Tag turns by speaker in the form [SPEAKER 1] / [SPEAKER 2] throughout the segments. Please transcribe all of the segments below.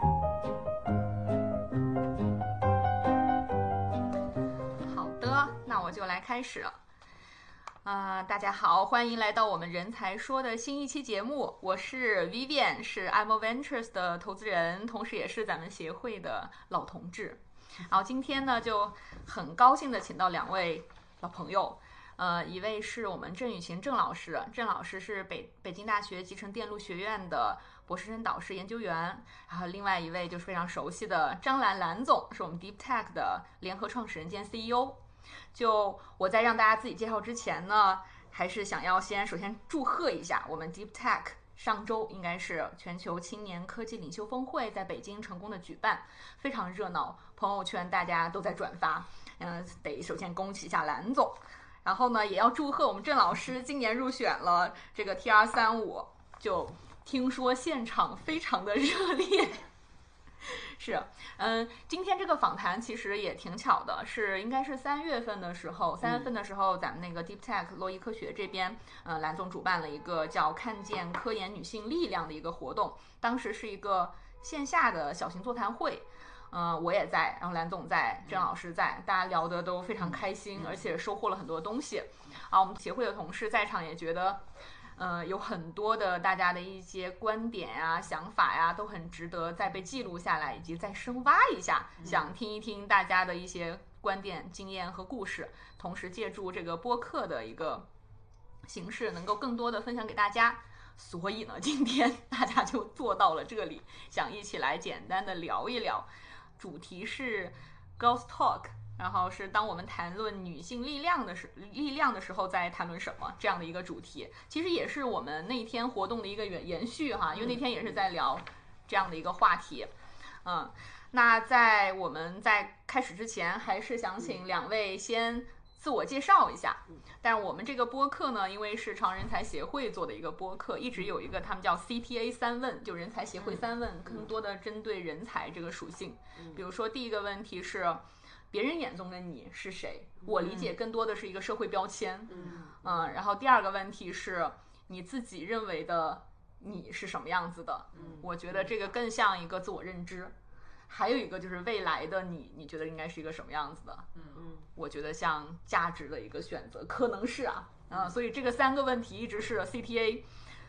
[SPEAKER 1] 嗯开始了。啊、大家好，欢迎来到我们人才说的新一期节目，我是 Vivian，是 IMO Ventures 的投资人，同时也是咱们协会的老同志。然后今天呢，就很高兴的请到两位老朋友，呃，一位是我们郑雨晴郑老师，郑老师是北北京大学集成电路学院的博士生导师研究员，然后另外一位就是非常熟悉的张兰兰总，是我们 Deep Tech 的联合创始人兼 CEO。就我在让大家自己介绍之前呢，还是想要先首先祝贺一下我们 Deep Tech 上周应该是全球青年科技领袖峰会在北京成功的举办，非常热闹，朋友圈大家都在转发。嗯，得首先恭喜一下蓝总，然后呢，也要祝贺我们郑老师今年入选了这个 T R 三五，就听说现场非常的热烈。 是，嗯，今天这个访谈其实也挺巧的，是应该是三月份的时候，三月份的时候，咱们那个 Deep Tech 洛伊科学这边，呃，蓝总主办了一个叫“看见科研女性力量”的一个活动，当时是一个线下的小型座谈会。呃，我也在，然后蓝总在，郑老师在，大家聊得都非常开心，而且收获了很多东西。啊，我们协会的同事在场也觉得，呃，有很多的大家的一些观点啊、想法呀、都很值得再被记录下来，以及再深挖一下，想听一听大家的一些观点、经验和故事，同时借助这个播客的一个形式，能够更多的分享给大家。所以呢，今天 大家就坐到了这里，想一起来简单的聊一聊，主题是 Girls Talk，然后是当我们谈论女性力量的时力量的时候，在谈论什么这样的一个主题，其实也是我们那天活动的一个延延续哈，因为那天也是在聊这样的一个话题，嗯，那在我们在开始之前，还是想请两位先自我介绍一下。但我们这个播客呢，因为是长人才协会做的一个播客，一直有一个他们叫 CTA 三问，就人才协会三问，更多的针对人才这个属性。比如说第一个问题是，别人眼中的你是谁？我理解更多的是一个社会标签。嗯，然后第二个问题是，你自己认为的你是什么样子的？我觉得这个更像一个自我认知。还有一个就是未来的你，你觉得应该是一个什么样子的？
[SPEAKER 2] 嗯
[SPEAKER 1] 我觉得像价值的一个选择，可能是啊，
[SPEAKER 3] 嗯
[SPEAKER 1] 啊，所以这个三个问题一直是 CTA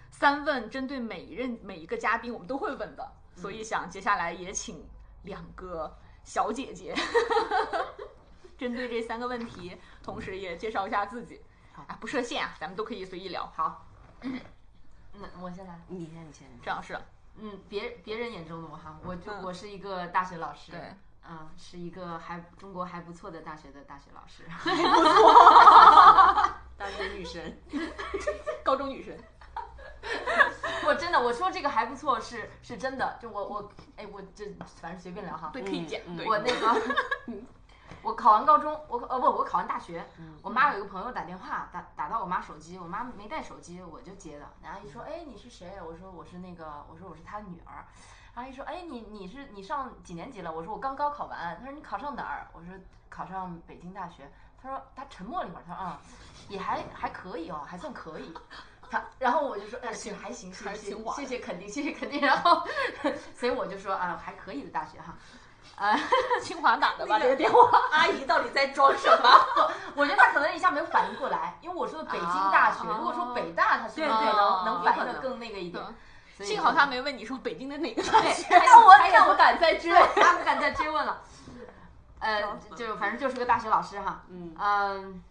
[SPEAKER 1] 三问，针对每一任每一个嘉宾我们都会问的，所
[SPEAKER 3] 嗯
[SPEAKER 1] 以想接下来也请两个小姐姐， 针对这三个问题，同时也介绍一下自己，啊，不设限啊，咱们都可以随意聊。好，
[SPEAKER 2] 嗯那我先来。
[SPEAKER 3] 你先，你先。
[SPEAKER 1] 郑老师，
[SPEAKER 2] 嗯，别别人眼中的我哈，我就、
[SPEAKER 1] 嗯
[SPEAKER 2] 我是一个大学老师，
[SPEAKER 1] 对，
[SPEAKER 2] 嗯，是一个还中国还不错的大学的大学老师，
[SPEAKER 3] 大学女神，
[SPEAKER 1] 高中女神，
[SPEAKER 2] 我真的我说这个还不错是是真的，就我我哎我这反正随便聊哈，
[SPEAKER 1] 对，可
[SPEAKER 3] 嗯
[SPEAKER 1] 以剪，对，
[SPEAKER 2] 我那个嗯我考完高中，我考呃不我考完大学，
[SPEAKER 1] 嗯
[SPEAKER 2] 我妈有一个朋友打电话打打到我妈手机，我妈没带手机，我就接的，然后一说
[SPEAKER 1] 嗯
[SPEAKER 2] 哎你是谁？我说我是那个我说我是她女儿。阿姨说：“哎，你你是你上几年级了？”我说：“我刚高考完。”她说：“你考上哪儿？”我说：“考上北京大学。”她说：“她沉默了一会儿，她说：‘啊、也还还可以哦，还算可以。’她然后我就说：‘哎，行，还行，谢
[SPEAKER 1] 还
[SPEAKER 2] 谢
[SPEAKER 1] 挺晚
[SPEAKER 2] 谢谢肯定，谢谢肯定。’然后， 所以我就说：‘啊，还可以的大学哈。’
[SPEAKER 1] 清华打的吧，
[SPEAKER 3] 那个
[SPEAKER 1] 这个电话，
[SPEAKER 3] 阿姨到底在装什么？
[SPEAKER 2] 我觉得他可能一下没有反应过来，因为我说的北京大学，
[SPEAKER 1] 啊
[SPEAKER 2] 如果说北大，他是不是
[SPEAKER 3] 对
[SPEAKER 1] 对
[SPEAKER 2] 哦能
[SPEAKER 1] 有
[SPEAKER 2] 能嗯反应
[SPEAKER 3] 可
[SPEAKER 2] 的
[SPEAKER 3] 能
[SPEAKER 2] 更那个一点？所以
[SPEAKER 1] 幸 好他没问你说北京的哪个大学。
[SPEAKER 3] 哎
[SPEAKER 2] 但我
[SPEAKER 3] 他也不
[SPEAKER 2] 敢再 追问，啊他不敢再追问了。呃，就反正就是个大学老师哈，
[SPEAKER 3] 嗯
[SPEAKER 2] 嗯，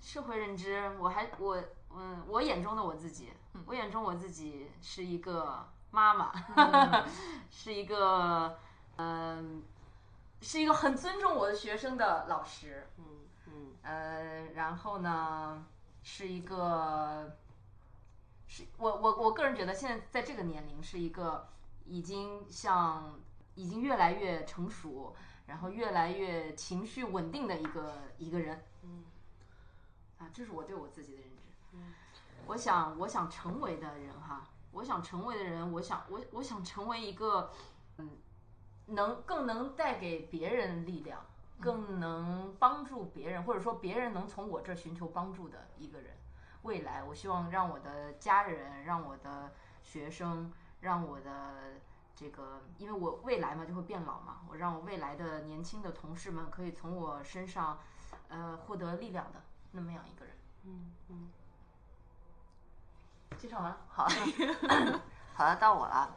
[SPEAKER 2] 社会认知，我还我嗯，我眼中的我自己，我眼中我自己是一个妈妈， 是一个嗯，是一个很尊重我的学生的老师，
[SPEAKER 3] 嗯嗯，
[SPEAKER 2] 呃，然后呢，是一个，是我我我个人觉得现在在这个年龄是一个已经像已经越来越成熟，然后越来越情绪稳定的一个一个人。
[SPEAKER 3] 嗯，
[SPEAKER 2] 啊，这是我对我自己的认知。我想我想成为的人哈，我想成为的人，我想我我想成为一个，嗯，能更能带给别人力量，更能帮助别人，或者说别人能从我这儿寻求帮助的一个人。未来，我希望让我的家人，让我的学生，让我的这个，因为我未来嘛就会变老嘛，我让我未来的年轻的同事们可以从我身上，呃，获得力量的。那么样一个人。
[SPEAKER 4] 嗯嗯，
[SPEAKER 2] 介绍完了，好，
[SPEAKER 4] 好了，到我了。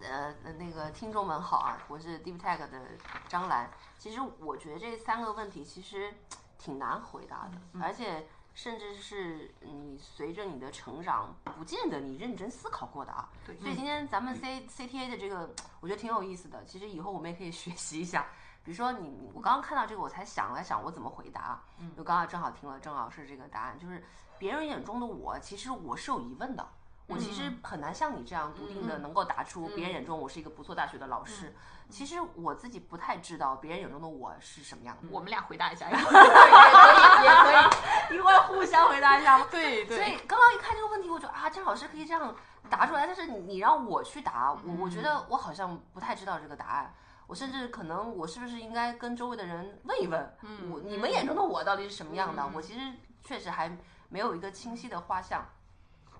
[SPEAKER 4] 呃，那个听众们好啊，我是 Deep Tech 的张兰。其实我觉得这三个问题其实挺难回答的，而且甚至是你随着你的成长，不见得你认真思考过的啊。
[SPEAKER 1] 对嗯
[SPEAKER 4] 所以今天咱们 C C T A 的这个，我觉得挺有意思的。其实以后我们也可以 学习一下。比如说你，我刚刚看到这个，我才想了想我怎么回答啊。嗯，就刚刚正好听了郑老师这个答案，就是别人眼中的我，其实我是有疑问的。我其实很难像你这样笃定的能够答出别人眼中我是一个不错大学的老师。其实我自己不太知道别人眼中的我是什么样的。
[SPEAKER 1] 我们俩回答一 下。
[SPEAKER 2] 对，也可以，也可以，
[SPEAKER 4] 因为互相回答一下吗？
[SPEAKER 1] 对
[SPEAKER 4] 所以刚刚一看这个问题，我觉得啊，这老师可以这样答出来，但是你你让我去答，我我觉
[SPEAKER 1] 嗯
[SPEAKER 4] 得我好像不太知道这个答案。我甚至可能，我是不是应该跟周围的人问一问，
[SPEAKER 1] 嗯
[SPEAKER 4] 我你们眼中的我到底是什么样的？我其实确实还没有一个清晰的画像。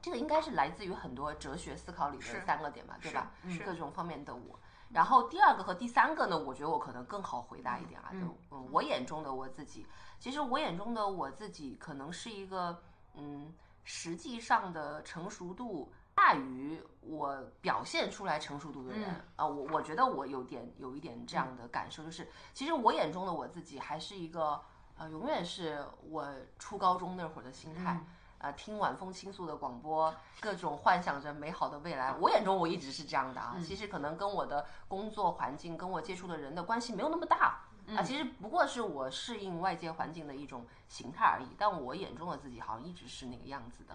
[SPEAKER 4] 这个应该是来自于很多哲学思考里的
[SPEAKER 1] 是
[SPEAKER 4] 三个点吧，对吧？
[SPEAKER 1] 是是
[SPEAKER 4] 嗯各种方面的我。然后第二个和第三个呢，我觉得我可能更好回答一点啊。就嗯，我眼中的我自己，其实我眼中的我自己可能是一个嗯，实际上的成熟度大于我表现出来成熟度的人啊、我我觉得我有点有一点这样的感受，就是其实我眼中的我自己还是一个呃，永远是我初高中那会儿的心态。啊，听晚风倾诉的广播，各种幻想着美好的未来。我眼中我一直是这样的啊，其实可能跟我的工作环境、跟我接触的人的关系没有那么大啊，其实不过是我适应外界环境的一种形态而已。但我眼中的自己好像一直是那个样子的。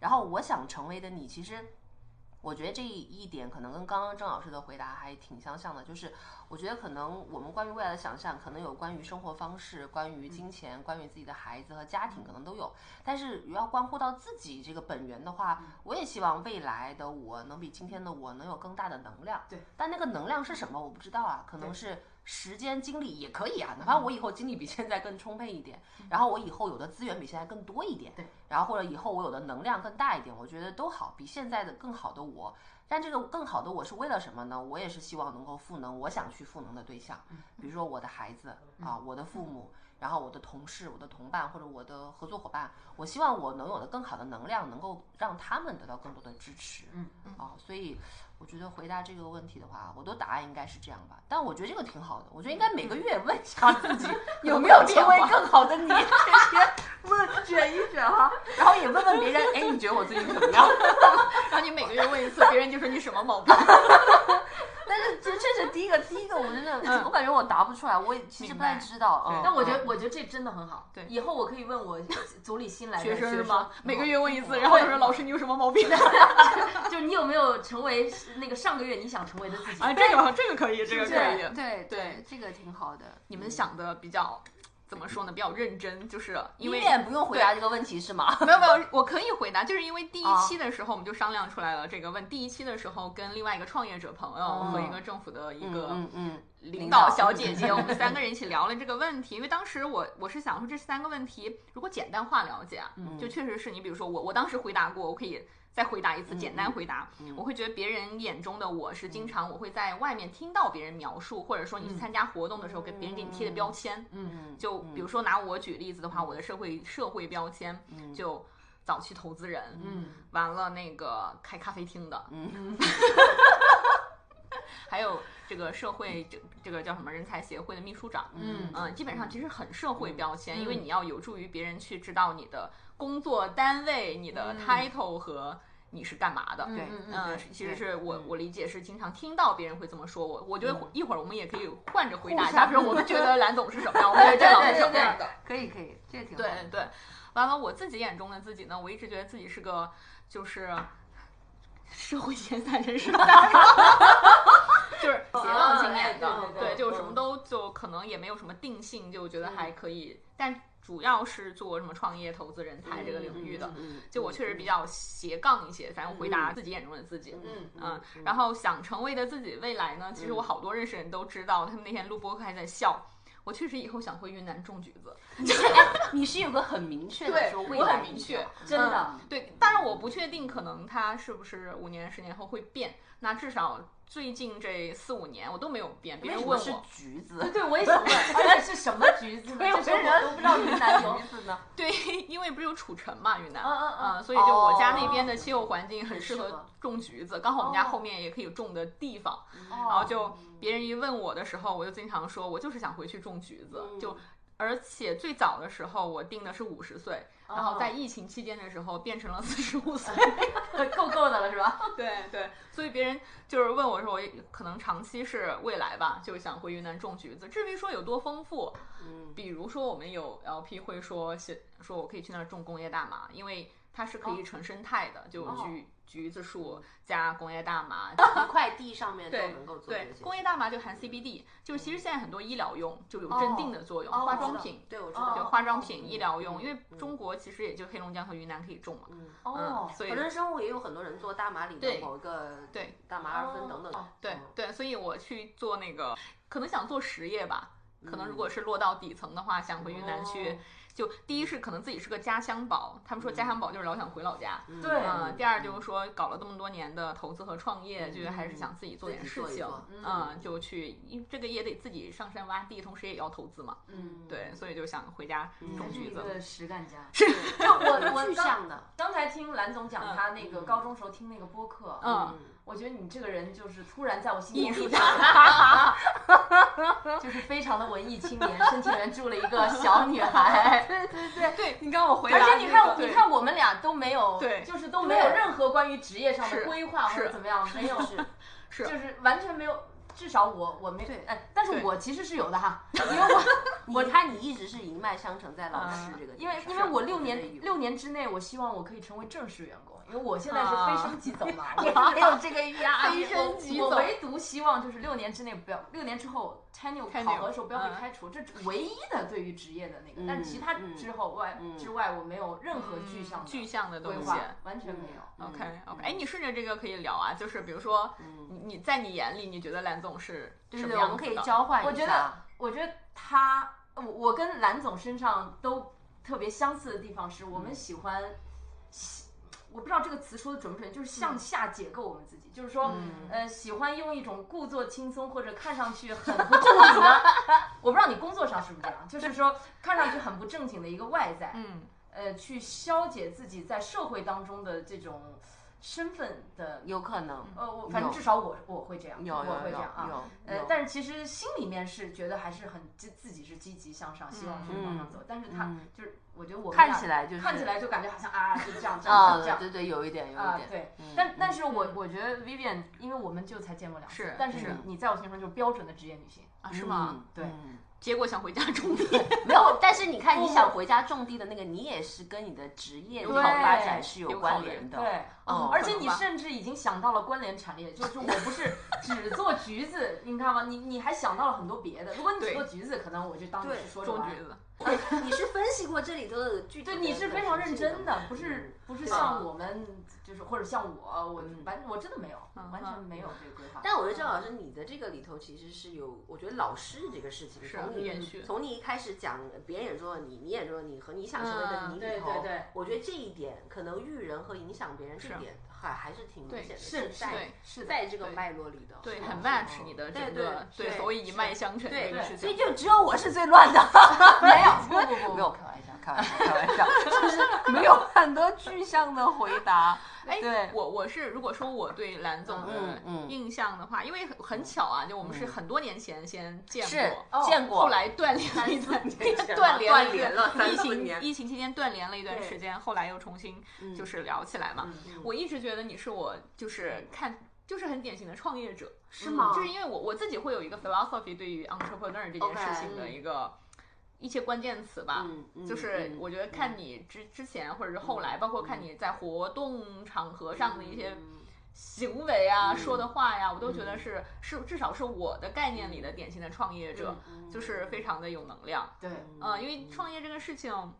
[SPEAKER 4] 然后我想成为的你，其实我觉得这一点可能跟刚刚郑老师的回答还挺相像的，就是我觉得可能我们关于未来的想象，可能有关于生活方式、关于金钱、关于自己的孩子和家庭，可能都有。但是要关乎到自己这个本源的话，我也希望未来的我能比今天的我能有更大的能量。
[SPEAKER 2] 对，
[SPEAKER 4] 但那个能量是什么，我不知道啊，可能是。时间精力也可以啊，哪怕我以后精力比现在更充沛一点，然后我以后有的资源比现在更多一点，
[SPEAKER 2] 对，
[SPEAKER 4] 然后或者以后我有的能量更大一点，我觉得都好，比现在的更好的我。但这个更好的我是为了什么呢？我也是希望能够赋能我想去赋能的对象，比如说我的孩子啊，我的父母，然后我的同事、我的同伴或者我的合作伙伴，我希望我能有的更好的能量，能够让他们得到更多的支持。
[SPEAKER 2] 嗯
[SPEAKER 4] 啊，所以我觉得回答这个问题的话，我的答案应该是这样吧。但我觉得这个挺好的，我觉得应该每个月问一下自己有没有成为更好的你，
[SPEAKER 2] 问卷一卷哈，
[SPEAKER 4] 然后也问问别人，哎，你觉得我最近怎么 样？
[SPEAKER 1] 然后你每个月问一次，别人就说你什么毛 病？
[SPEAKER 4] 但是这这是第一个，第一个我真的，我感觉我答不出来，我也其实不太知道。嗯
[SPEAKER 1] 嗯明白对
[SPEAKER 2] 但我觉得，我觉得这真的很好。
[SPEAKER 1] 对
[SPEAKER 2] 以后我可以问我组里新来的
[SPEAKER 1] 学
[SPEAKER 2] 生
[SPEAKER 1] 生是吗？每个月问一次，
[SPEAKER 2] 嗯
[SPEAKER 1] 然后他说老师你有什么毛 病？
[SPEAKER 2] 就你有没有成为那个上个月你想成为的自己？
[SPEAKER 1] 嗯啊，这个这个可以，这个可以。
[SPEAKER 4] 嗯对
[SPEAKER 1] 对，
[SPEAKER 4] 这个挺好的。
[SPEAKER 1] 你们想的比较怎么说呢？比较认真，就是因
[SPEAKER 4] 永
[SPEAKER 1] 为
[SPEAKER 4] 远不用回答这个问题是吗？
[SPEAKER 1] 没有没有，我可以回答，就是因为第一期的时候我们就商量出来了这个问。第一期的时候跟另外一个创业者朋友
[SPEAKER 4] 嗯
[SPEAKER 1] 和一个政府的一个
[SPEAKER 4] 嗯嗯
[SPEAKER 1] 领导小姐姐，我们三个人一起聊了这个问题。因为当时我我是想说这三个问题如果简单化了解啊，就确实是你比如说我我当时回答过，我可以。再回答一次，简单回答，我会觉得别人眼中的我是经常我会在外面听到别人描述，或者说你去参加活动的时候给别人给你贴的标签，
[SPEAKER 4] 嗯，
[SPEAKER 1] 就比如说拿我举例子的话，我的社会社会标签就早期投资人，
[SPEAKER 2] 嗯，
[SPEAKER 1] 完了那个开咖啡厅的，嗯， 还有这个社会这这个叫什么人才协会的秘书长，
[SPEAKER 2] 嗯
[SPEAKER 1] 嗯、基本上其实很社会标签，因为你要有助于别人去知道你的工作单位、你的 title 和你是干嘛的，
[SPEAKER 2] 嗯
[SPEAKER 4] 对，
[SPEAKER 2] 嗯嗯
[SPEAKER 1] 嗯，
[SPEAKER 4] 对
[SPEAKER 1] 其实
[SPEAKER 4] 对
[SPEAKER 1] 是我我理解是经常听到别人会这么说我，我觉得一会儿我们也可以换着回答一下，
[SPEAKER 4] 互相
[SPEAKER 1] 比如我们觉得蓝总是什么样，我们觉得郑老师是什么样的，
[SPEAKER 4] 可以可以，这个挺好
[SPEAKER 1] 对
[SPEAKER 4] 的。
[SPEAKER 1] 对完了，我自己眼中的自己呢，我一直觉得自己是个就是社会闲散人士的代表， 就是
[SPEAKER 2] 嗯
[SPEAKER 1] 斜杠青年的，
[SPEAKER 2] 啊哎对对对嗯
[SPEAKER 1] 就是什么都就可能也没有什么定性，就觉得还可以，但主要是做什么创业、投资、人才这
[SPEAKER 2] 嗯
[SPEAKER 1] 个领域的。
[SPEAKER 4] 嗯
[SPEAKER 1] 就我确实比较斜杠一些，反正回答自己眼中的自己。
[SPEAKER 2] 嗯
[SPEAKER 1] 嗯，然后想成为的自己未来呢，其实我好多认识人都知道，他们那天录播课还在笑。我确实以后想回云南种橘子，
[SPEAKER 3] 你是有个很明确的
[SPEAKER 1] 对
[SPEAKER 3] 说未
[SPEAKER 1] 我
[SPEAKER 3] 来
[SPEAKER 1] 很明
[SPEAKER 3] 目
[SPEAKER 1] 确
[SPEAKER 3] 标
[SPEAKER 2] 真的，
[SPEAKER 4] 嗯
[SPEAKER 1] 对，当然我不确定，可能它是不是五年、十年后会变。那至少最近这四五年我都没有变。别
[SPEAKER 3] 为
[SPEAKER 1] 人
[SPEAKER 3] 什
[SPEAKER 1] 问
[SPEAKER 3] 么是
[SPEAKER 1] 我，
[SPEAKER 3] 橘子？
[SPEAKER 2] 对，我也想问，而且是什么橘子呢？
[SPEAKER 3] 对，
[SPEAKER 2] 这
[SPEAKER 3] 我
[SPEAKER 2] 是我
[SPEAKER 3] 人
[SPEAKER 2] 都不知道云南有
[SPEAKER 3] 橘。子呢？
[SPEAKER 1] 对，因为不是有储橙嘛，云南，
[SPEAKER 2] 嗯嗯嗯
[SPEAKER 1] 啊所以就我家那
[SPEAKER 3] 哦
[SPEAKER 1] 边的气候环境很适
[SPEAKER 2] 很适
[SPEAKER 1] 合
[SPEAKER 2] 合
[SPEAKER 1] 种橘子，刚好我们家
[SPEAKER 2] 哦
[SPEAKER 1] 后面也可以种的地方。
[SPEAKER 2] 然
[SPEAKER 1] 然后
[SPEAKER 3] 哦
[SPEAKER 1] 就别人一问我的时候，我就经常说，我就是想回去种橘子。
[SPEAKER 3] 嗯
[SPEAKER 1] 就而且最早的时候我定的是五十岁，然后在
[SPEAKER 3] 哦
[SPEAKER 1] 疫情期间的时候变成了四十五 岁。
[SPEAKER 2] 够够的了是吧？
[SPEAKER 1] 对对，所以别人就是问我说，我也可能长期是未来吧，就想回云南种橘子。至于说有多丰富，
[SPEAKER 3] 嗯
[SPEAKER 1] 比如说我们有 LP 会说写说我可以去那儿种工业大麻，因为它是可
[SPEAKER 3] 哦
[SPEAKER 1] 以纯生态的，就有橘、橘子树加工业大麻。
[SPEAKER 3] 一块地上面都
[SPEAKER 1] 对
[SPEAKER 3] 能够做
[SPEAKER 1] 对
[SPEAKER 3] 这，些嗯
[SPEAKER 1] 工
[SPEAKER 4] 嗯
[SPEAKER 1] 业大麻就含 CBD，就是其实现在很多医疗用就有镇定的作用，
[SPEAKER 2] 哦
[SPEAKER 1] 化
[SPEAKER 2] 我
[SPEAKER 1] 妆
[SPEAKER 2] 知道
[SPEAKER 1] 品。
[SPEAKER 3] 对，我知
[SPEAKER 4] 嗯
[SPEAKER 2] 哦
[SPEAKER 1] 就
[SPEAKER 3] 道。
[SPEAKER 1] 化妆品、医疗
[SPEAKER 3] 嗯
[SPEAKER 1] 用，因为中国其实也就黑龙江和云南可以种嘛，
[SPEAKER 3] 嗯，
[SPEAKER 2] 哦
[SPEAKER 1] 嗯，所以
[SPEAKER 3] 合成生物也有很多人做大麻里
[SPEAKER 1] 对
[SPEAKER 3] 的某一个
[SPEAKER 1] 对
[SPEAKER 3] 大麻二酚等等
[SPEAKER 2] 哦
[SPEAKER 3] 的。
[SPEAKER 1] 对
[SPEAKER 3] 嗯
[SPEAKER 1] 对，所以我去做那个，可能想做实业吧。可能如果是落到底层的话，想回云南去
[SPEAKER 3] 哦，
[SPEAKER 1] 就第一是可能自己是个家乡宝，他们说家乡宝就是老想回老家。
[SPEAKER 3] 嗯
[SPEAKER 2] 对
[SPEAKER 1] 嗯、第二就是说搞了这么多年的投资和创业，
[SPEAKER 3] 嗯
[SPEAKER 1] 就是还是想自己做点
[SPEAKER 3] 自己
[SPEAKER 1] 事
[SPEAKER 3] 做一
[SPEAKER 1] 情，
[SPEAKER 3] 做
[SPEAKER 1] 嗯
[SPEAKER 2] 嗯
[SPEAKER 1] 就去，因为这个也得自己上山挖地，同时也要投资嘛，
[SPEAKER 2] 嗯，
[SPEAKER 1] 对，所以就想回家
[SPEAKER 3] 嗯
[SPEAKER 1] 种
[SPEAKER 2] 还是
[SPEAKER 1] 橘
[SPEAKER 2] 一
[SPEAKER 1] 子。
[SPEAKER 2] 个实干家。
[SPEAKER 3] 我
[SPEAKER 2] 我
[SPEAKER 3] 具
[SPEAKER 2] 刚
[SPEAKER 3] 象的，
[SPEAKER 2] 刚才听蓝总讲
[SPEAKER 1] 嗯
[SPEAKER 2] 他那个高中时候听那个播客，
[SPEAKER 1] 嗯，
[SPEAKER 2] 我觉得你这个人就是突然在我心中
[SPEAKER 1] 艺术
[SPEAKER 2] 立
[SPEAKER 1] 家，
[SPEAKER 2] 就是非常的文艺青年，身体里面住了一个小女 孩。对对对，
[SPEAKER 1] 对
[SPEAKER 2] 你刚我回
[SPEAKER 1] 答
[SPEAKER 2] 而且你
[SPEAKER 1] 那
[SPEAKER 2] 看，
[SPEAKER 1] 个
[SPEAKER 2] 你看我们俩都没有，
[SPEAKER 1] 对
[SPEAKER 2] 就是都没有
[SPEAKER 3] 对
[SPEAKER 2] 任何关于职业上的
[SPEAKER 1] 是
[SPEAKER 2] 规划或者
[SPEAKER 1] 是
[SPEAKER 2] 怎么样，没有，
[SPEAKER 3] 是
[SPEAKER 1] 是
[SPEAKER 2] 就是完全没有。至少我我没
[SPEAKER 3] 对
[SPEAKER 2] 哎，但是
[SPEAKER 1] 对
[SPEAKER 2] 我其实是有的 哈，因为我
[SPEAKER 3] 我他你一直是一脉相承在老师这个地方，
[SPEAKER 2] 嗯因为因为我
[SPEAKER 3] 觉
[SPEAKER 2] 六
[SPEAKER 3] 得
[SPEAKER 2] 年
[SPEAKER 3] 有
[SPEAKER 2] 六年之内，我希望我可以成为正式员工，因为我现在
[SPEAKER 1] 啊
[SPEAKER 2] 是非升即走嘛， 我
[SPEAKER 3] 没有这个 啊压力，
[SPEAKER 1] 飞升即
[SPEAKER 2] 啊我
[SPEAKER 1] 走
[SPEAKER 2] 唯独希望就是六年之内不要，六年之后 tenure
[SPEAKER 1] 开
[SPEAKER 2] 考
[SPEAKER 1] 牛
[SPEAKER 2] 核的时候不要被
[SPEAKER 1] 嗯
[SPEAKER 2] 开除，这是唯一的对于职业的那个。但
[SPEAKER 3] 嗯
[SPEAKER 2] 其他
[SPEAKER 3] 嗯
[SPEAKER 2] 之后外
[SPEAKER 3] 嗯
[SPEAKER 2] 之外，我没有任何
[SPEAKER 1] 嗯
[SPEAKER 2] 具象的
[SPEAKER 1] 具象的东
[SPEAKER 2] 规
[SPEAKER 1] 西
[SPEAKER 2] 划。，完全没有。
[SPEAKER 3] 嗯
[SPEAKER 1] OK OK，哎，你顺着这个可以聊啊，就是比如说，你你在你眼里，你觉得蓝总是
[SPEAKER 3] 对
[SPEAKER 1] 什
[SPEAKER 3] 对
[SPEAKER 1] 么
[SPEAKER 3] 对，我
[SPEAKER 1] 样
[SPEAKER 3] 们
[SPEAKER 1] 子
[SPEAKER 3] 可以
[SPEAKER 1] 的？
[SPEAKER 3] 交换一下。
[SPEAKER 2] 我觉得，我觉得他，我我跟蓝总身上都特别相似的地方是，我
[SPEAKER 3] 嗯
[SPEAKER 2] 们喜欢，喜我不知道这个词说的准不准，就
[SPEAKER 3] 嗯
[SPEAKER 2] 是向下解构我们自己，就是说，呃，喜欢用一种故作轻松或者看上去很不正经的， 我不知道你工作上是不是这样，就是说看上去很不正经的一个外在，
[SPEAKER 1] 嗯，
[SPEAKER 2] 呃，去消解自己在社会当中的这种身份的。
[SPEAKER 3] 有可能
[SPEAKER 2] 呃，我反正
[SPEAKER 3] 有
[SPEAKER 2] 至少我我会这样，
[SPEAKER 3] 有有
[SPEAKER 2] 我会这
[SPEAKER 3] 有
[SPEAKER 2] 样啊。
[SPEAKER 3] 有，
[SPEAKER 2] 呃
[SPEAKER 4] 嗯
[SPEAKER 3] 有，
[SPEAKER 2] 但是其实心里面是觉得还是很自自己是积极向上，希望去往上走。但是他、
[SPEAKER 3] 嗯
[SPEAKER 2] 就是，我觉得我们
[SPEAKER 3] 看
[SPEAKER 2] 俩
[SPEAKER 3] 起来就是
[SPEAKER 2] 看起来就感觉好像啊，就这样这样
[SPEAKER 3] 啊，
[SPEAKER 2] 这样这
[SPEAKER 3] 对对，有一点有
[SPEAKER 2] 样啊
[SPEAKER 3] 一，点，
[SPEAKER 2] 对。
[SPEAKER 3] 嗯
[SPEAKER 2] 但但是我我觉得 Vivian，因为我们就才见过两次，
[SPEAKER 1] 是
[SPEAKER 2] 但是
[SPEAKER 1] 是
[SPEAKER 2] 你你在我心中就是标准的职业女性，
[SPEAKER 1] 啊，是吗？？
[SPEAKER 2] 对
[SPEAKER 3] 嗯
[SPEAKER 1] 结果想回家种地，
[SPEAKER 3] 没有，但是你看，
[SPEAKER 2] 不
[SPEAKER 3] 你
[SPEAKER 2] 不
[SPEAKER 3] 想回家种地的那个，你也是跟你的职业
[SPEAKER 2] 有
[SPEAKER 3] 好发展
[SPEAKER 2] 对
[SPEAKER 3] 是
[SPEAKER 1] 有
[SPEAKER 3] 有
[SPEAKER 1] 考
[SPEAKER 3] 关
[SPEAKER 1] 虑
[SPEAKER 3] 联的。
[SPEAKER 2] 对。
[SPEAKER 3] 嗯
[SPEAKER 2] 而且你
[SPEAKER 1] 可能吧
[SPEAKER 2] 甚至已经想到了关联产业，就是我 不是只做橘子，你看吗？你你还想到了很多别的。如果你只
[SPEAKER 1] 对
[SPEAKER 2] 做橘子，可能我就当你
[SPEAKER 4] 对
[SPEAKER 2] 是说着
[SPEAKER 1] 种
[SPEAKER 2] 玩
[SPEAKER 1] 橘。子，
[SPEAKER 4] 你是分析过这里头的具体的
[SPEAKER 2] 对，你是非常认真
[SPEAKER 4] 的。
[SPEAKER 2] 的，不是不是
[SPEAKER 4] 对
[SPEAKER 2] 像我们就是或者像我，我
[SPEAKER 3] 嗯
[SPEAKER 2] 完我真的没有，
[SPEAKER 1] 嗯
[SPEAKER 2] 完全没有这个规划。
[SPEAKER 4] 但我觉得郑老师，你的这个里头其实是有，我觉得老师这个事情，
[SPEAKER 1] 是
[SPEAKER 4] 从
[SPEAKER 1] 延
[SPEAKER 4] 你
[SPEAKER 1] 续
[SPEAKER 4] 从你一开始讲别人眼中的你，你眼中的你和你想成为的
[SPEAKER 1] 嗯
[SPEAKER 4] 你
[SPEAKER 2] 对
[SPEAKER 4] 里头，
[SPEAKER 2] 对对
[SPEAKER 4] 我觉得这一点可能育人和影响别人这
[SPEAKER 1] 是啊
[SPEAKER 4] 一点还还是挺明
[SPEAKER 1] 对
[SPEAKER 4] 显的，
[SPEAKER 2] 是是
[SPEAKER 4] 在
[SPEAKER 1] 对
[SPEAKER 2] 是的，
[SPEAKER 4] 在这个
[SPEAKER 1] 对
[SPEAKER 4] 脉络里的，
[SPEAKER 3] 嗯
[SPEAKER 1] 对，
[SPEAKER 4] 是
[SPEAKER 1] 很
[SPEAKER 4] 吧
[SPEAKER 1] match 你的整
[SPEAKER 4] 对
[SPEAKER 1] 个
[SPEAKER 4] 对
[SPEAKER 1] 对
[SPEAKER 4] 对
[SPEAKER 1] 所谓一脉相承这个
[SPEAKER 4] 对
[SPEAKER 1] 事
[SPEAKER 3] 所以
[SPEAKER 1] 情。
[SPEAKER 3] 就只有我是最乱的，没有
[SPEAKER 2] 不不不 不
[SPEAKER 3] 没有，开玩笑，开玩笑，开玩 笑，就是 没有很多具象的回答。对
[SPEAKER 1] 我我是如果说我对蓝总的
[SPEAKER 3] 嗯嗯
[SPEAKER 1] 印象的话，因为很很巧啊，就我们是很多年前先见
[SPEAKER 3] 是
[SPEAKER 1] 过，
[SPEAKER 2] 哦
[SPEAKER 3] 见
[SPEAKER 1] 后
[SPEAKER 3] 过，
[SPEAKER 1] 来断联了一段，
[SPEAKER 4] 断
[SPEAKER 1] 联了一段
[SPEAKER 4] 了三
[SPEAKER 1] 疫
[SPEAKER 4] 四
[SPEAKER 1] 情
[SPEAKER 4] 年，
[SPEAKER 1] 疫情期间断联了一段
[SPEAKER 4] 对
[SPEAKER 1] 时间，后来又重新就是聊起来嘛。我一直觉得你是我就是看就是很典型的创业者，
[SPEAKER 4] 是吗？
[SPEAKER 1] 就是因为我我自己会有一个 philosophy 对于 entrepreneur 这件
[SPEAKER 4] OK，
[SPEAKER 1] 事情的一个一些关键词吧。
[SPEAKER 3] 嗯嗯
[SPEAKER 1] 就是
[SPEAKER 3] 嗯
[SPEAKER 1] 我觉得看你之之前或者是后来，包括看你在活动场合上的一些行为啊、说的话呀，我都觉得是是至少是我的概念里的典型的呃创业者，就是非常的有能量。
[SPEAKER 2] 对
[SPEAKER 1] 嗯，因为创业这个事情，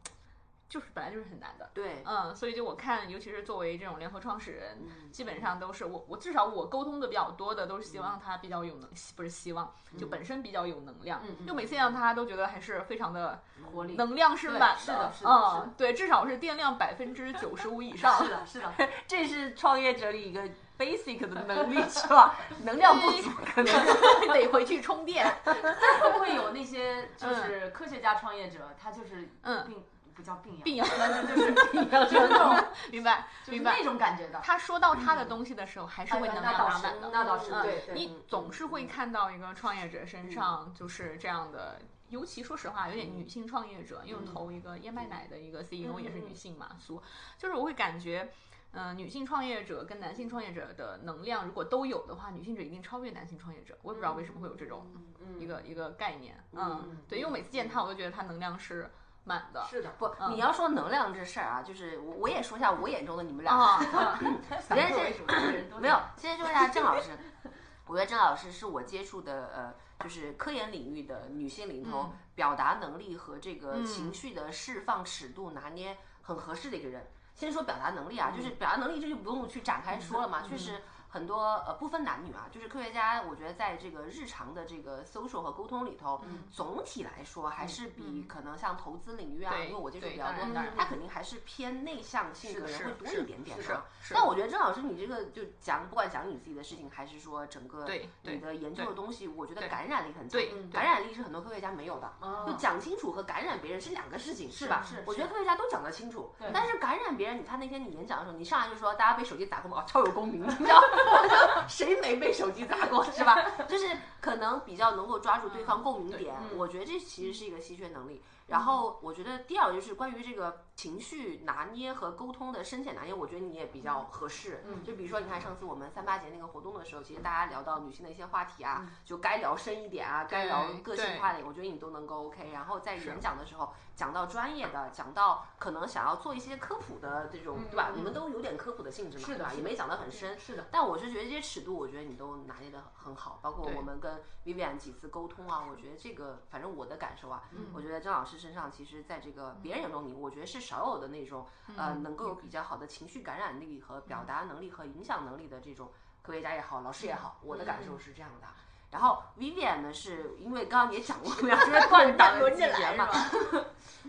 [SPEAKER 1] 就是本来就是很难的。
[SPEAKER 5] 对，
[SPEAKER 1] 嗯，所以就我看，尤其是作为这种联合创始人，
[SPEAKER 2] 嗯
[SPEAKER 1] 基本上都是我我至少我沟通的比较多的，都是希望
[SPEAKER 2] 嗯
[SPEAKER 1] 他比较有能，不是希望，就本身比较有能量。
[SPEAKER 2] 嗯嗯
[SPEAKER 1] 就每次让他都觉得还是非常的
[SPEAKER 2] 活力
[SPEAKER 1] 能量是
[SPEAKER 2] 对
[SPEAKER 1] 满
[SPEAKER 5] 是的是的是的
[SPEAKER 1] 嗯，对，至少是电量百分之九十五以上。
[SPEAKER 2] 是的，是的，
[SPEAKER 4] 这是创业者里一个 basic 的能力是 吧？能量不足可能
[SPEAKER 1] 得回去充电。
[SPEAKER 2] 会不会有那些就是科学家创业者，他就是
[SPEAKER 1] 嗯
[SPEAKER 2] 病不叫病
[SPEAKER 1] 病
[SPEAKER 2] 殃，
[SPEAKER 1] 殃
[SPEAKER 2] 那 就就是病殃，就是那种
[SPEAKER 1] 明白，
[SPEAKER 2] 就是
[SPEAKER 1] 明白
[SPEAKER 2] 那。种感觉的。
[SPEAKER 1] 他说到他的东西的时候，还是会
[SPEAKER 2] 哎呀
[SPEAKER 1] 能
[SPEAKER 2] 那
[SPEAKER 1] 量
[SPEAKER 2] 倒
[SPEAKER 1] 拉
[SPEAKER 2] 是
[SPEAKER 1] 满的。
[SPEAKER 2] 那倒是
[SPEAKER 1] 嗯
[SPEAKER 2] 对
[SPEAKER 5] 对
[SPEAKER 1] 你总是会看到一个创业者身上就是这样的，尤其说实话，有点女性创业者，因为我投一个燕麦奶的一个 CEO 也是女性嘛，苏，就是我会感觉。嗯、女性创业者跟男性创业者的能量如果都有的话，女性者一定超越男性创业者。我也不知道为什么会有这种
[SPEAKER 2] 嗯
[SPEAKER 1] 一个、一个概念，嗯，对，因为我每次见他，我就觉得他能量是满的，
[SPEAKER 5] 是的，
[SPEAKER 4] 不，
[SPEAKER 1] 嗯
[SPEAKER 4] 你要说能量这事儿啊，就是我我也说一下我眼中的你们俩。
[SPEAKER 1] 啊，
[SPEAKER 2] 为什
[SPEAKER 4] 我觉得这
[SPEAKER 2] 么这些人都
[SPEAKER 4] 没有，先说一下郑老师。我觉得郑老师是我接触的呃，就是科研领域的女性领头，表达能力和这个情绪的释放尺度拿捏很合适的一个人。先说表达能力啊，就是表达能力这就不用去展开说了嘛，确实。很多呃不分男女啊，就是科学家，我觉得在这个日常的这个 social 和沟通里头，总体来说还是比可能像投资领域啊，
[SPEAKER 1] 对
[SPEAKER 4] 因为我接触
[SPEAKER 1] 对
[SPEAKER 4] 比较
[SPEAKER 1] 当
[SPEAKER 4] 多
[SPEAKER 1] 然当然，
[SPEAKER 4] 他肯定还是偏内向性
[SPEAKER 5] 是
[SPEAKER 4] 格
[SPEAKER 5] 的
[SPEAKER 4] 人
[SPEAKER 5] 是
[SPEAKER 4] 会
[SPEAKER 5] 的
[SPEAKER 4] 多
[SPEAKER 5] 是的
[SPEAKER 4] 一点点
[SPEAKER 5] 是的
[SPEAKER 4] 的啊。
[SPEAKER 1] 是的
[SPEAKER 4] 但我觉得郑老师，你这个就讲，不管讲你自己的事情，还是说整个
[SPEAKER 1] 对对
[SPEAKER 4] 你的研究的东西，我觉得
[SPEAKER 1] 对
[SPEAKER 4] 感染力很强
[SPEAKER 1] 对
[SPEAKER 2] 嗯。
[SPEAKER 4] 感染力是很多科学家没有的。
[SPEAKER 2] 哦
[SPEAKER 4] 就讲清楚和感染别人是两个事情，是吧？
[SPEAKER 2] 是
[SPEAKER 4] 我
[SPEAKER 2] 是
[SPEAKER 4] 觉得科学家都讲得清楚
[SPEAKER 2] 对，
[SPEAKER 4] 但是感染别人，你看那天你演讲的时候，你上来就说大家被手机砸过吗？哦，超有共鸣，你知道吗？我说谁没被手机砸过，是 吧？就是可能比较能够抓住对方共鸣点，
[SPEAKER 2] 嗯
[SPEAKER 4] 我觉得这其实是一个稀缺能力。然后我觉得第二个就是关于这个情绪拿捏和沟通的深浅拿捏，我觉得你也比较合适。
[SPEAKER 2] 嗯
[SPEAKER 4] 就比如说你看上次我们三八节那个活动的时候，其实大家聊到女性的一些话题
[SPEAKER 2] 嗯
[SPEAKER 4] 啊，就该聊深一点啊，该聊个性化的，我觉得你都能够 OK。然后在演讲的时候讲到专业的，讲到可能想要做一些科普的这种，对吧？你们都有点科普的性质嘛，
[SPEAKER 2] 嗯是的
[SPEAKER 4] 对吧？
[SPEAKER 2] 是
[SPEAKER 4] 也
[SPEAKER 2] 的
[SPEAKER 4] 没讲得很深，
[SPEAKER 2] 是的，
[SPEAKER 4] 但我是觉得这些尺度，我觉得你都拿捏的很好，包括
[SPEAKER 1] 对
[SPEAKER 4] 我们跟 Vivian 几次沟通啊，我觉得这个，反正我的感受啊，
[SPEAKER 1] 嗯
[SPEAKER 4] 我觉得张老师身上其实在这个别人眼中你，我觉得是少有的那种
[SPEAKER 1] 嗯
[SPEAKER 4] 呃，能够有比较好的情绪感染力和表达能力和影响能力的这种科学家也好，老
[SPEAKER 1] 嗯
[SPEAKER 4] 师也好，我的感受是这样的。然后 Vivian 呢，是因为刚刚你也讲 过，我们俩是在断档的
[SPEAKER 1] 轮着
[SPEAKER 4] 季节
[SPEAKER 1] 来
[SPEAKER 4] 嘛
[SPEAKER 1] 是，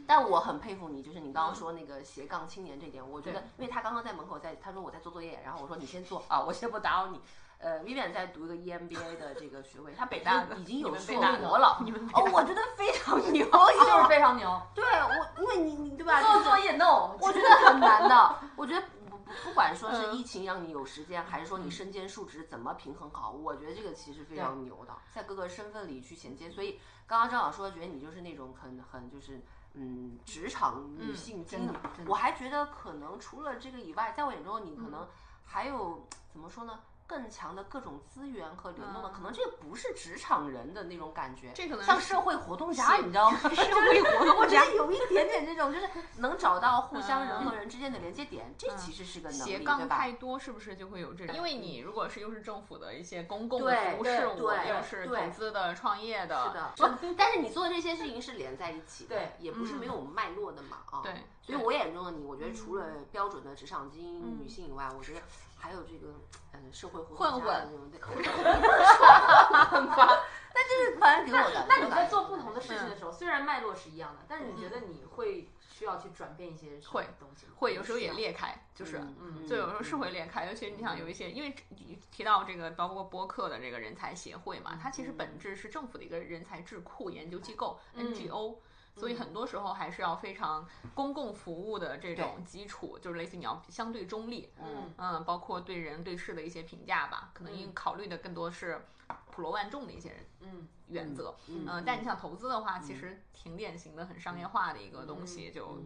[SPEAKER 4] 但我很佩服你，就是你刚刚说那个斜杠青年这点，我觉得
[SPEAKER 1] 嗯对，
[SPEAKER 4] 因为他刚刚在门口在，他说我在做作业，然后我说你先做啊，我先不打扰你。呃，Vivian 在读一个 EMBA 的这个学位，他北
[SPEAKER 1] 大的
[SPEAKER 4] 已经有
[SPEAKER 1] 你们北
[SPEAKER 4] 硕
[SPEAKER 1] 大的
[SPEAKER 4] 博了，哦，我觉得非常 牛，
[SPEAKER 2] 就
[SPEAKER 4] 就是
[SPEAKER 2] 是非常牛。
[SPEAKER 1] 啊
[SPEAKER 4] 对我，因为你你对吧？
[SPEAKER 2] 做作业 no，
[SPEAKER 4] 我觉得很难 的。我觉得不不不管说是
[SPEAKER 1] 嗯
[SPEAKER 4] 疫情让你有时间，还是说你身兼数职怎么平衡好，我觉得这个其实非常牛的，在各个身份里去衔接。所以刚刚张老师说，觉得你就是那种很很就是。嗯，职场女性经理，
[SPEAKER 2] 真的真的
[SPEAKER 4] 我还觉得可能除了这个以外，在我眼中你可能还有怎么说呢？更强的各种资源和流动的，可能这不是职场人的那种感觉，
[SPEAKER 1] 这可能
[SPEAKER 4] 像
[SPEAKER 1] 是
[SPEAKER 4] 社会活动家，你知 道吗？社会活动家有一点点这种，就是能找到互相人和人之间的连接点，这其实是个能力，
[SPEAKER 1] 斜
[SPEAKER 4] 对
[SPEAKER 1] 杠
[SPEAKER 4] 吧
[SPEAKER 1] 太？多是不是就会有这种？因嗯为你如果是又是政府的一些公共
[SPEAKER 4] 对
[SPEAKER 1] 服务
[SPEAKER 4] 对
[SPEAKER 1] 事务，
[SPEAKER 4] 对
[SPEAKER 1] 又是
[SPEAKER 4] 对
[SPEAKER 1] 投资的、创业的，哦
[SPEAKER 4] 是的，不，嗯但是你做的这些事情是连在一起的，
[SPEAKER 2] 对
[SPEAKER 4] 也不是
[SPEAKER 1] 嗯
[SPEAKER 4] 没有脉络的嘛，啊，
[SPEAKER 1] 对
[SPEAKER 4] 所以我眼中的你，我觉得除了标准的职场精英
[SPEAKER 1] 嗯
[SPEAKER 4] 女性以外，我觉得还有这个嗯社会活
[SPEAKER 1] 混
[SPEAKER 4] 动家的
[SPEAKER 1] 混
[SPEAKER 4] 那种，对，混混吧，但这是反正给我的，
[SPEAKER 2] 那你在做不
[SPEAKER 4] 的。
[SPEAKER 2] 同的事情的时候，
[SPEAKER 1] 嗯
[SPEAKER 2] 虽然脉络是一样的，但是你觉得你会需要去转变一些什么东西吗？
[SPEAKER 1] 会有时候也裂开，就是。
[SPEAKER 4] 嗯
[SPEAKER 1] 就有时候是会裂开，尤其你想有一些，因为你提到这个，包括播客的这个人才协会嘛，它其实本质是政府的一个人才智库研究机构 NGO，所以很多时候还是要非常公共服务的这种基础，就是类似于你要相对中立，
[SPEAKER 4] 嗯
[SPEAKER 1] 嗯，包括对人对事的一些评价吧，可能应考虑的更多是普罗万众的一些
[SPEAKER 2] 嗯
[SPEAKER 1] 原则，
[SPEAKER 4] 嗯
[SPEAKER 1] 呃但你想投资的话，其实挺典型的很商业化的一个东西，就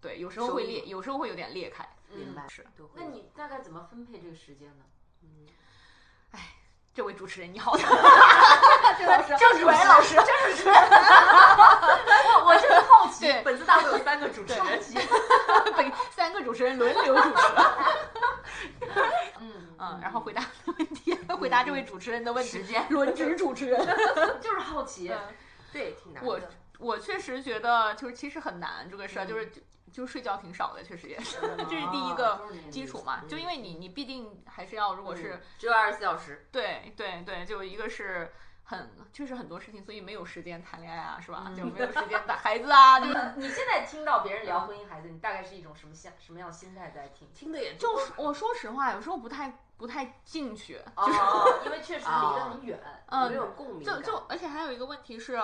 [SPEAKER 1] 对，有时候会
[SPEAKER 4] 嗯收益嗯
[SPEAKER 1] 裂，有时候会有点裂开，
[SPEAKER 4] 明白
[SPEAKER 1] 是。
[SPEAKER 4] 都会
[SPEAKER 2] 嗯那你大概怎么分配这个时间 呢？
[SPEAKER 1] 这位主持人你好，
[SPEAKER 4] 郑主任老师，郑 主任，
[SPEAKER 2] 我真的好奇，
[SPEAKER 1] 对，
[SPEAKER 4] 本次大会有三个主持人，
[SPEAKER 1] 本三个主持人轮流主 持，
[SPEAKER 2] 嗯，
[SPEAKER 1] 嗯，然后回答问题，回答这位主持人的问题，
[SPEAKER 4] 嗯 时间
[SPEAKER 1] 轮值主持人。
[SPEAKER 2] 就是好奇，
[SPEAKER 1] 嗯
[SPEAKER 4] 对挺难
[SPEAKER 1] 我
[SPEAKER 4] 的。嗯
[SPEAKER 1] 我确实觉得就是其实很难这个事儿，就是就睡觉挺少的，确实也是，
[SPEAKER 2] 这
[SPEAKER 1] 这是第一个基
[SPEAKER 2] 基
[SPEAKER 1] 础嘛。就因为你你必定还是要，如果是
[SPEAKER 4] 只有二十四小时，
[SPEAKER 1] 对对对，就一个是很确实很多事情，所以没有时间谈恋爱啊，是
[SPEAKER 4] 嗯
[SPEAKER 1] 吧？就没有时间带孩子啊， 就是
[SPEAKER 2] 呃你现在听到别人聊婚姻孩子，你大概是一种什么心什么样的心态在 听？
[SPEAKER 4] 听的也
[SPEAKER 1] 就我说实话，有时候不太不太进去，
[SPEAKER 2] 哦，因为确实离得很远。
[SPEAKER 1] 嗯
[SPEAKER 4] 没有共鸣
[SPEAKER 1] 就
[SPEAKER 4] 感，
[SPEAKER 1] 就而且还有一个问题是，